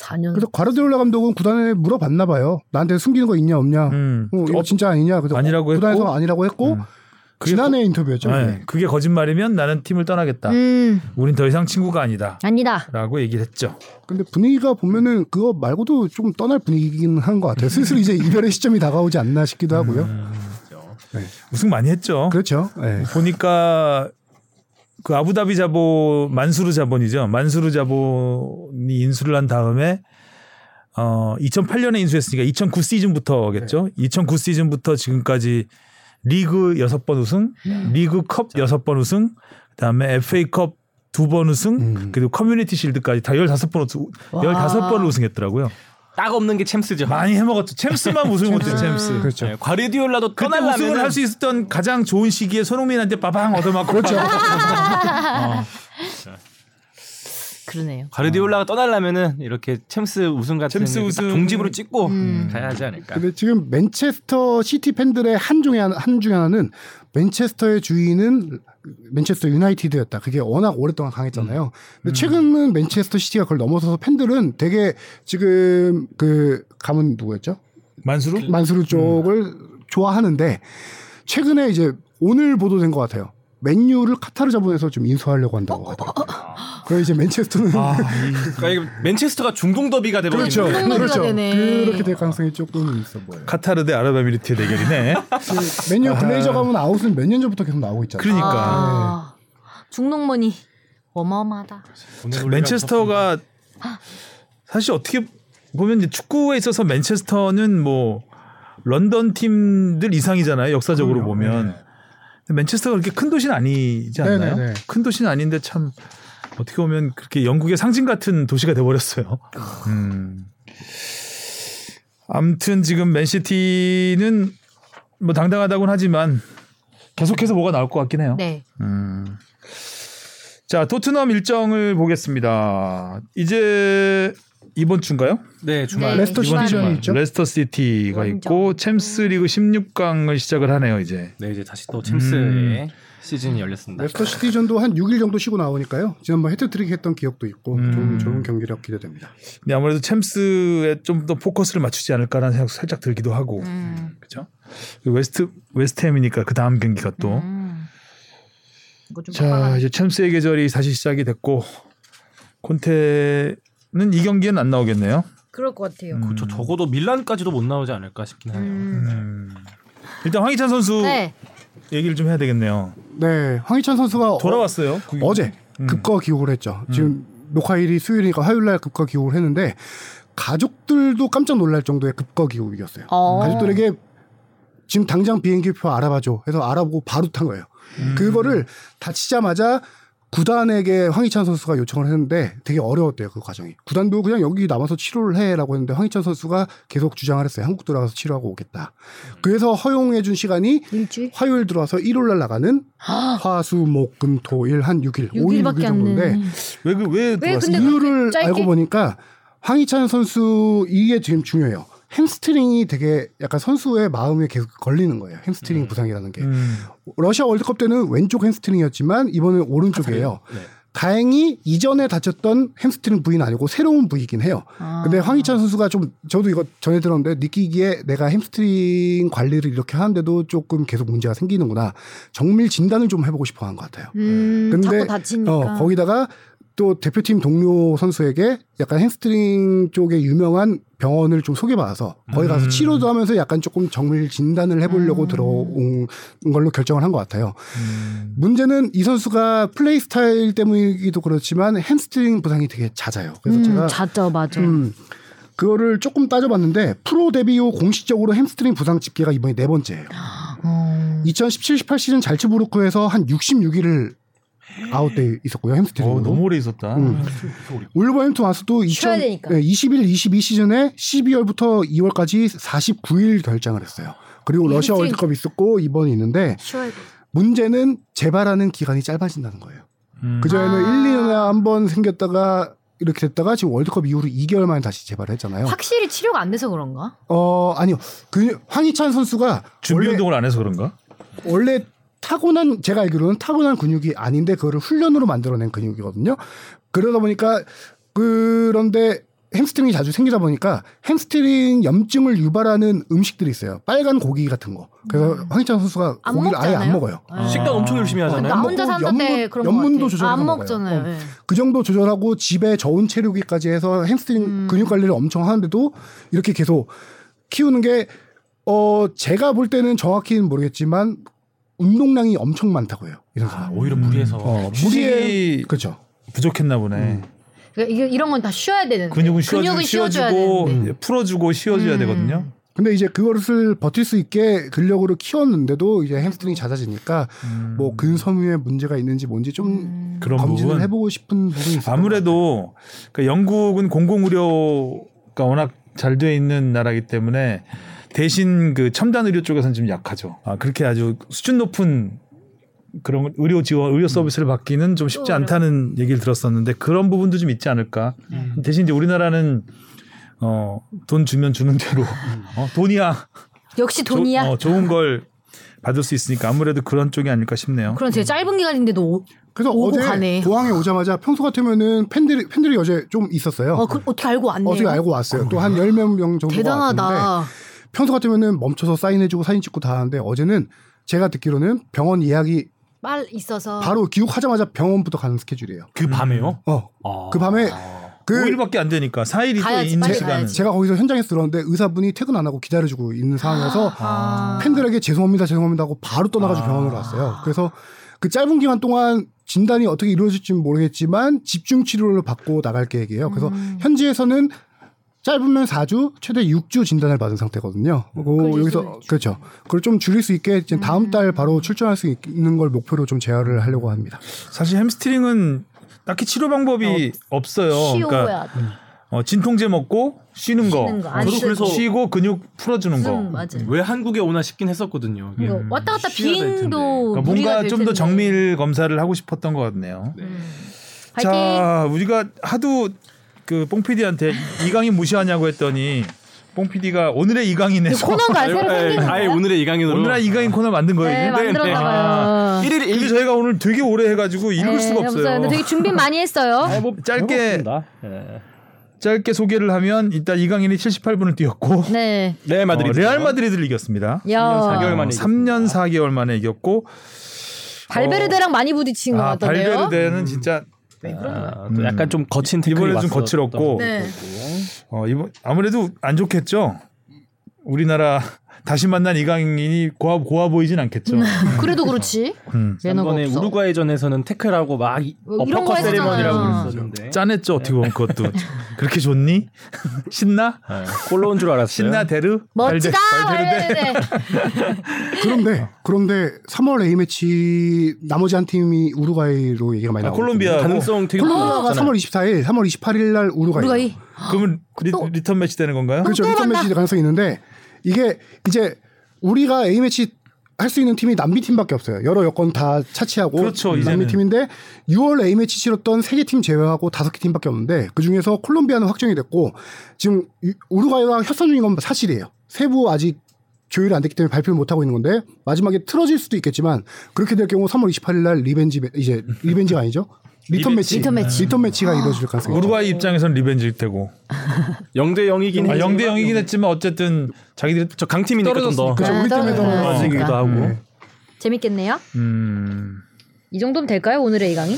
4년. 그래서 과르디올라 감독은 구단에 물어봤나 봐요. 나한테 숨기는 거 있냐 없냐. 음, 어, 이거 어, 진짜 아니냐. 그래서 아니라고 했고. 구단에서 아니라고 했고 음. 그게 지난해 인터뷰였죠. 네, 그게 거짓말이면 나는 팀을 떠나겠다. 음 우린 더 이상 친구가 아니다. 아니다. 라고 얘기를 했죠. 근데 분위기가 보면은 그거 말고도 좀 떠날 분위기긴 한 것 같아요. 슬슬 이제 이별의 시점이 다가오지 않나 싶기도 하고요. 음. 우승 많이 했죠. 그렇죠. 네. 보니까 그 아부다비 자본 만수르 자본이죠. 만수르 자본이 인수를 한 다음에 어 2008년에 인수했으니까 2009 시즌부터겠죠. 2009 시즌부터 지금까지 리그 6번 우승, 리그 컵 6번 우승, 그다음에 FA컵 2번 우승, 그리고 커뮤니티 실드까지 다 15번 우승, 15번을 우승했더라고요. 딱 없는 게 챔스죠. 많이 해 먹었죠. 챔스만 우승 못했죠, 챔스. 그렇죠. 네, 과르디올라도 그때 우승을 떠날라면 할 수 있었던 가장 좋은 시기에 손흥민한테 빠방 얻어맞고 그렇죠. 그러네요. 과르디올라가 떠날라면은 이렇게 챔스 우승 같은 챔스 게딱 우승. 음. 종집으로 찍고 음. 가야지 않을까. 근데 지금 맨체스터 시티 팬들의 한 중에 하나, 한 중에 하나는 맨체스터의 주인은 맨체스터 유나이티드였다. 그게 워낙 오랫동안 강했잖아요. 근데 최근은 맨체스터 시티가 그걸 넘어서서 팬들은 되게 지금 그 가문 누구였죠? 만수르? 만수르 쪽을 좋아하는데 최근에 이제 오늘 보도된 것 같아요. 맨유를 카타르 자본에서 좀 인수하려고 한다고 하더라고요. 그래서 이제 맨체스터는 그러니까 이게 맨체스터가 중동 더비가 되버린 아, 그렇죠, 거예요. 흥분이 그렇죠. 되네. 그렇게 될 가능성이 조금 있어 보여요. 카타르 대 아랍에미리트의 대결이네. 그 맨유 글레이저 가문 아웃은 몇 년 전부터 계속 나오고 있잖아요. 그러니까 아, 중농mon이 어마어마하다. 맨체스터가 사실 어떻게 보면 이제 축구에 있어서 맨체스터는 뭐 런던 팀들 이상이잖아요. 역사적으로 보면 근데 맨체스터가 그렇게 큰 도시는 아니지 않나요? 네네네. 큰 도시는 아닌데 참 어떻게 보면 그렇게 영국의 상징 같은 도시가 돼버렸어요. 음. 아무튼 지금 맨시티는 뭐 당당하다곤 하지만 계속해서 뭐가 나올 것 같긴 해요. 네. 음. 자, 토트넘 일정을 보겠습니다. 이제 이번 주인가요? 네 주말. 네. 레스터 이번 시티전이 주말. 있죠. 뭐 레스터 시티가 원정. 있고 챔스리그 16강을 시작을 하네요, 이제. 네 이제 다시 또 챔스의 시즌이 열렸습니다. 레스터 시티전도 한 6일 정도 쉬고 나오니까요. 지난번 헤트트릭 했던 기억도 있고 음. 좀 좋은 경기력 기대됩니다. 근데 아무래도 챔스에 좀 더 포커스를 맞추지 않을까라는 생각 살짝 들기도 하고. 음. 그렇죠? 웨스트 웨스트햄이니까 그 다음 경기가 또. 음. 이거 좀 자, 이제 챔스의 계절이 다시 시작이 됐고 콘테는 이 경기에는 안 나오겠네요. 그럴 것 같아요. 음. 저 적어도 밀란까지도 못 나오지 않을까 싶긴 해요. 음. 음. 일단 황희찬 선수 네. 얘기를 좀 해야 되겠네요. 네, 황희찬 선수가 어- 돌아왔어요. 어제 급거 기록을 했죠. 지금 녹화일이 수요일이니까 화요일날 급거 기록을 했는데 가족들도 깜짝 놀랄 정도의 급거 기록이었어요. 어. 가족들에게 지금 당장 비행기표 알아봐줘 해서 알아보고 바로 탄 거예요. 그거를 다치자마자 구단에게 황희찬 선수가 요청을 했는데 되게 어려웠대요 그 과정이. 구단도 그냥 여기 남아서 치료를 해라고 했는데 황희찬 선수가 계속 주장을 했어요. 한국 들어가서 치료하고 오겠다. 그래서 허용해준 시간이 일주일? 화요일 들어와서 일요일날 나가는 화수목금토일 한 6일, 5일 6일 6일밖에 아. 안 정도인데 되는. 왜왜 왜 근데 이유를 그렇게 짧게? 알고 보니까 황희찬 선수 이게 지금 중요해요. 햄스트링이 되게 약간 선수의 마음에 계속 걸리는 거예요. 햄스트링 부상이라는 음. 게 러시아 월드컵 때는 왼쪽 햄스트링이었지만 이번엔 오른쪽이에요. 네. 다행히 이전에 다쳤던 햄스트링 부위는 아니고 새로운 부위긴 해요. 아. 근데 황희찬 선수가 좀 저도 이거 전에 들었는데 느끼기에 내가 햄스트링 관리를 이렇게 하는데도 조금 계속 문제가 생기는구나. 정밀 진단을 좀 해보고 싶어 한 것 같아요. 네. 음, 근데- 자꾸 다치니까. 어, 거기다가 또 대표팀 동료 선수에게 약간 햄스트링 쪽에 유명한 병원을 좀 소개받아서 거기 가서 치료도 하면서 약간 조금 정밀 진단을 음. 해보려고 들어온 걸로 결정을 한 것 같아요. 음. 문제는 이 선수가 플레이 스타일 때문이기도 그렇지만 햄스트링 부상이 되게 잦아요. 그래서 제가 음, 자죠, 맞아. 음, 그거를 조금 따져봤는데 프로 데뷔 후 공식적으로 햄스트링 부상 집계가 이번이 네 번째예요. 어. 2017-18 시즌 잘츠부르크에서 한 66일을 아웃돼 있었고요 햄스트링으로. 어, 너무 오래 있었다. 음. 울버햄튼 와서도 2000, 쉬어야 되니까. 네, 21, 22 시즌에 12월부터 2월까지 49일 결장을 했어요. 그리고 러시아 햄스트링. 월드컵 있었고 이번이 있는데 쉬어야 돼. 문제는 재발하는 기간이 짧아진다는 거예요. 음. 그전에는 아. 1, 2년에 한 번 생겼다가 이렇게 됐다가 지금 월드컵 이후로 2개월 만에 다시 재발을 했잖아요. 확실히 치료가 안 돼서 그런가? 어, 아니요. 그 황희찬 선수가 준비 원래- 운동을 안 해서 그런가? 원래 타고난 제가 알기로는 타고난 근육이 아닌데 그거를 훈련으로 만들어낸 근육이거든요. 그러다 보니까 그런데 햄스트링이 자주 생기다 보니까 햄스트링 염증을 유발하는 음식들이 있어요. 빨간 고기 같은 거. 그래서 황희찬 선수가 음. 안 고기를 아예 안 먹잖아요? 먹어요. 네. 식단 엄청 열심히 하잖아요. 나 안 혼자 먹고 산다 때 연문- 그런 연문도 거 같아요. 조절해서 안 먹어요. 먹잖아요. 어. 예. 그 정도 조절하고 집에 저온 체류기까지 해서 햄스트링 근육 관리를 엄청 하는데도 이렇게 계속 키우는 게, 어, 제가 볼 때는 정확히는 모르겠지만 운동량이 엄청 많다고 해요. 이런 아, 사람. 오히려 무리해서. 어, 무리 그렇죠. 부족했나 보네. 음. 그러니까 이게 이런 건 다 쉬어야 되는데. 근육은 씌워주, 근육은 씌워줘야 씌워주고 되는데. 예, 풀어주고 씌워줘야 음. 되거든요. 근데 이제 그거를 버틸 수 있게 근력으로 키웠는데도 이제 햄스트링이 잦아지니까 음. 뭐 근섬유에 문제가 있는지 뭔지 좀 그런 검진을 부분. 해보고 싶은 부분이 있어요. 아무래도 그 영국은 공공 의료가 워낙 잘 돼 있는 나라이기 때문에 대신 그 첨단 의료 쪽에서는 좀 약하죠. 아 그렇게 아주 수준 높은 그런 의료 지원, 의료 서비스를 받기는 좀 어, 쉽지 않다는 얘기를 들었었는데 그런 부분도 좀 있지 않을까. 대신 이제 우리나라는 어 돈 주면 주는 대로 어, 돈이야. 역시 조- 돈이야. 어, 좋은 걸 받을 수 있으니까 아무래도 그런 쪽이 아닐까 싶네요. 그런 되게 짧은 기간인데도 오- 그래서 오고 어제 가네. 도항에 오자마자 평소 같으면은 팬들이 팬들이 어제 좀 있었어요. 어, 그, 어떻게 알고 왔네요. 어제 알고 왔어요. 또 한 열 몇 명 정도 왔는데 아, 대단하다. 평소 같으면은 멈춰서 사인해주고 사진 찍고 다 하는데 어제는 제가 듣기로는 병원 예약이 빨 있어서. 바로 귀국하자마자 병원부터 가는 스케줄이에요. 그 밤에요? 어, 아. 그 밤에 그 5일밖에 안 되니까 4일이 또 가야지, 있는 빨리 시간은 가야지. 제가 거기서 현장에서 들었는데 의사분이 퇴근 안 하고 기다려주고 있는 상황이어서 아. 팬들에게 죄송합니다 죄송합니다 하고 바로 떠나가지고 아. 병원으로 왔어요. 그래서 그 짧은 기간 동안 진단이 어떻게 이루어질지는 모르겠지만 집중 치료를 받고 나갈 계획이에요. 그래서 현지에서는 짧으면 4주, 최대 6주 진단을 받은 상태거든요. 그 그걸 여기서 예술했죠. 그렇죠. 그걸 좀 줄일 수 있게 지금 다음 달 바로 출전할 수 있는 걸 목표로 좀 제어를 하려고 합니다. 사실 햄스트링은 딱히 치료 방법이 없어요. 그러니까 쉬우야. 어, 진통제 먹고 쉬는 거, 쉬는 거, 안 그리고 쓰고. 쉬고 근육 풀어주는 거. 음, 맞아. 왜 한국에 오나 싶긴 했었거든요. 이게. 이거 왔다 갔다 음. 쉬어야 될 비행도 그러니까 뭐 무리가 뭔가 될 좀 더 텐데. 정밀 검사를 하고 싶었던 것 같네요. 파이팅. 자, 우리가 하도 그뽕 PD한테 이강인 무시하냐고 했더니 뽕 PD가 오늘의 이강인에서 그 코너가 새로 생긴 네. 아예, 아예 거예요? 오늘의 이강인으로. 오늘의 이강인 코너 만든 거예요. 네, 근데 만들었나 봐요. 1일 이게 저희가 오늘 되게 오래 해가지고 읽을 네, 수가 없어요. 근데 되게 준비 많이 했어요. 뭐 예. 짧게 짧게 소개를 하면 일단 이강인이 78분을 뛰었고 네. 레알 어, 마드리드. 레알 마드리드를 이겼습니다. 야. 4개월 만에 3년 4개월 만에 이겼고 발베르데랑 많이 부딪힌 것 아, 같던데요. 발베르데는 진짜 아, 또 약간 좀 거친 태클이 음. 이번에 좀 왔었던 거칠었고. 네. 어, 이번 아무래도 안 좋겠죠. 우리나라 다시 만난 이강인이 고아 고아 보이진 않겠죠. 음. 그래도 그렇지. 음. 매너가 이번에 없어. 우루과이전에서는 태클하고 막 이- 뭐 이런 어퍼컷 거 세리머니라고 했었잖아요. 그랬었는데. 짠했죠 어떻게 보면 그것도 그렇게 좋니? 신나? 네, 골로 온 줄 알았어요. 신나 데르? 멋지다. 네, 발베- 발베르데? 발베르데. 그런데 그런데 3월 A 매치 나머지 한 팀이 우루과이로 얘기가 많이 아, 나오고 콜롬비아 가능성 되게 콜롬비아가 높잖아요. 3월 24일, 3월 28일 날 우루과이. 우루과이. 그러면 리, 또- 리턴 매치 되는 건가요? 그렇죠. 또 리턴 만나. 매치 가능성이 있는데 이게 이제 우리가 A 매치 할 수 있는 팀이 남미 팀밖에 없어요. 여러 여건 다 차치하고 그렇죠, 이제는. 남미 팀인데 6월 A 매치 치렀던 세 개 팀 제외하고 다섯 개 팀밖에 없는데 그 중에서 콜롬비아는 확정이 됐고 지금 이- 우루과이와 협상 중인 건 사실이에요. 세부 아직 조율이 안 됐기 때문에 발표를 못 하고 있는 건데 마지막에 틀어질 수도 있겠지만 그렇게 될 경우 3월 28일 날 리벤지 매- 이제 리벤지가 아니죠. 리턴 매치 리턴 매치. 아. 리턴 매치가 이루어질 가능성이 있죠. 그렇죠. 우루과이 입장에선 리벤지일 테고. 0대 0이긴 아, 0대 0이긴 했지만 어쨌든 자기들이 저 강팀이니까 좀 더. 떨어졌으니까. 그렇죠. 네, 우리 팀에 떨어져요. 더 네, 떨어지기도 그러니까. 하고. 재밌겠네요. 음, 이 정도면 될까요? 오늘의 이 강의?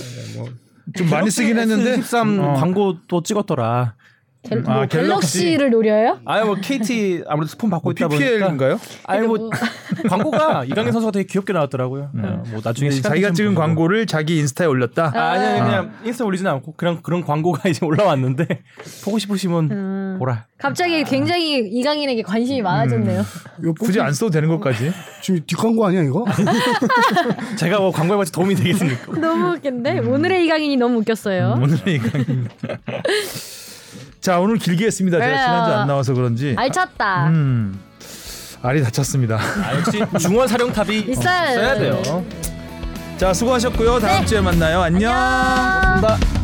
좀 많이 쓰긴 했는데 13 어. 광고도 찍었더라. 갤, 아, 뭐 갤럭시를 노려요? 아예 뭐 KT 아무래도 스폰 받고 있다 뭐 보니까. PPL인가요? 아예 뭐 광고가 이강인 선수가 되게 귀엽게 나왔더라고요. 예, 뭐 나중에 시간 네. 자기가 되시면 찍은 보고. 광고를 자기 인스타에 올렸다. 아, 아니, 아니 그냥 인스타 올리진 않고 그냥 그런 광고가 이제 올라왔는데 보고 싶으시면 음. 보라. 갑자기 굉장히 이강인에게 관심이 많아졌네요. 음. 요 굳이 안 써도 되는 것까지. 지금 뒷광고 아니야 이거? 제가 뭐 광고에 같이 도움이 되겠습니까? 너무 웃긴데? 오늘의 이강인이 너무 웃겼어요. 오늘의 이강인. 자 오늘 길게 했습니다. 제가 그래요. 지난주 안 나와서 그런지. 알찼다. 음, 알이 다쳤습니다. 아, 역시 중원 사령탑이 있어야 있어야 돼요. 네. 자 수고하셨고요. 다음 주에 만나요. 안녕. 안녕. 감사합니다.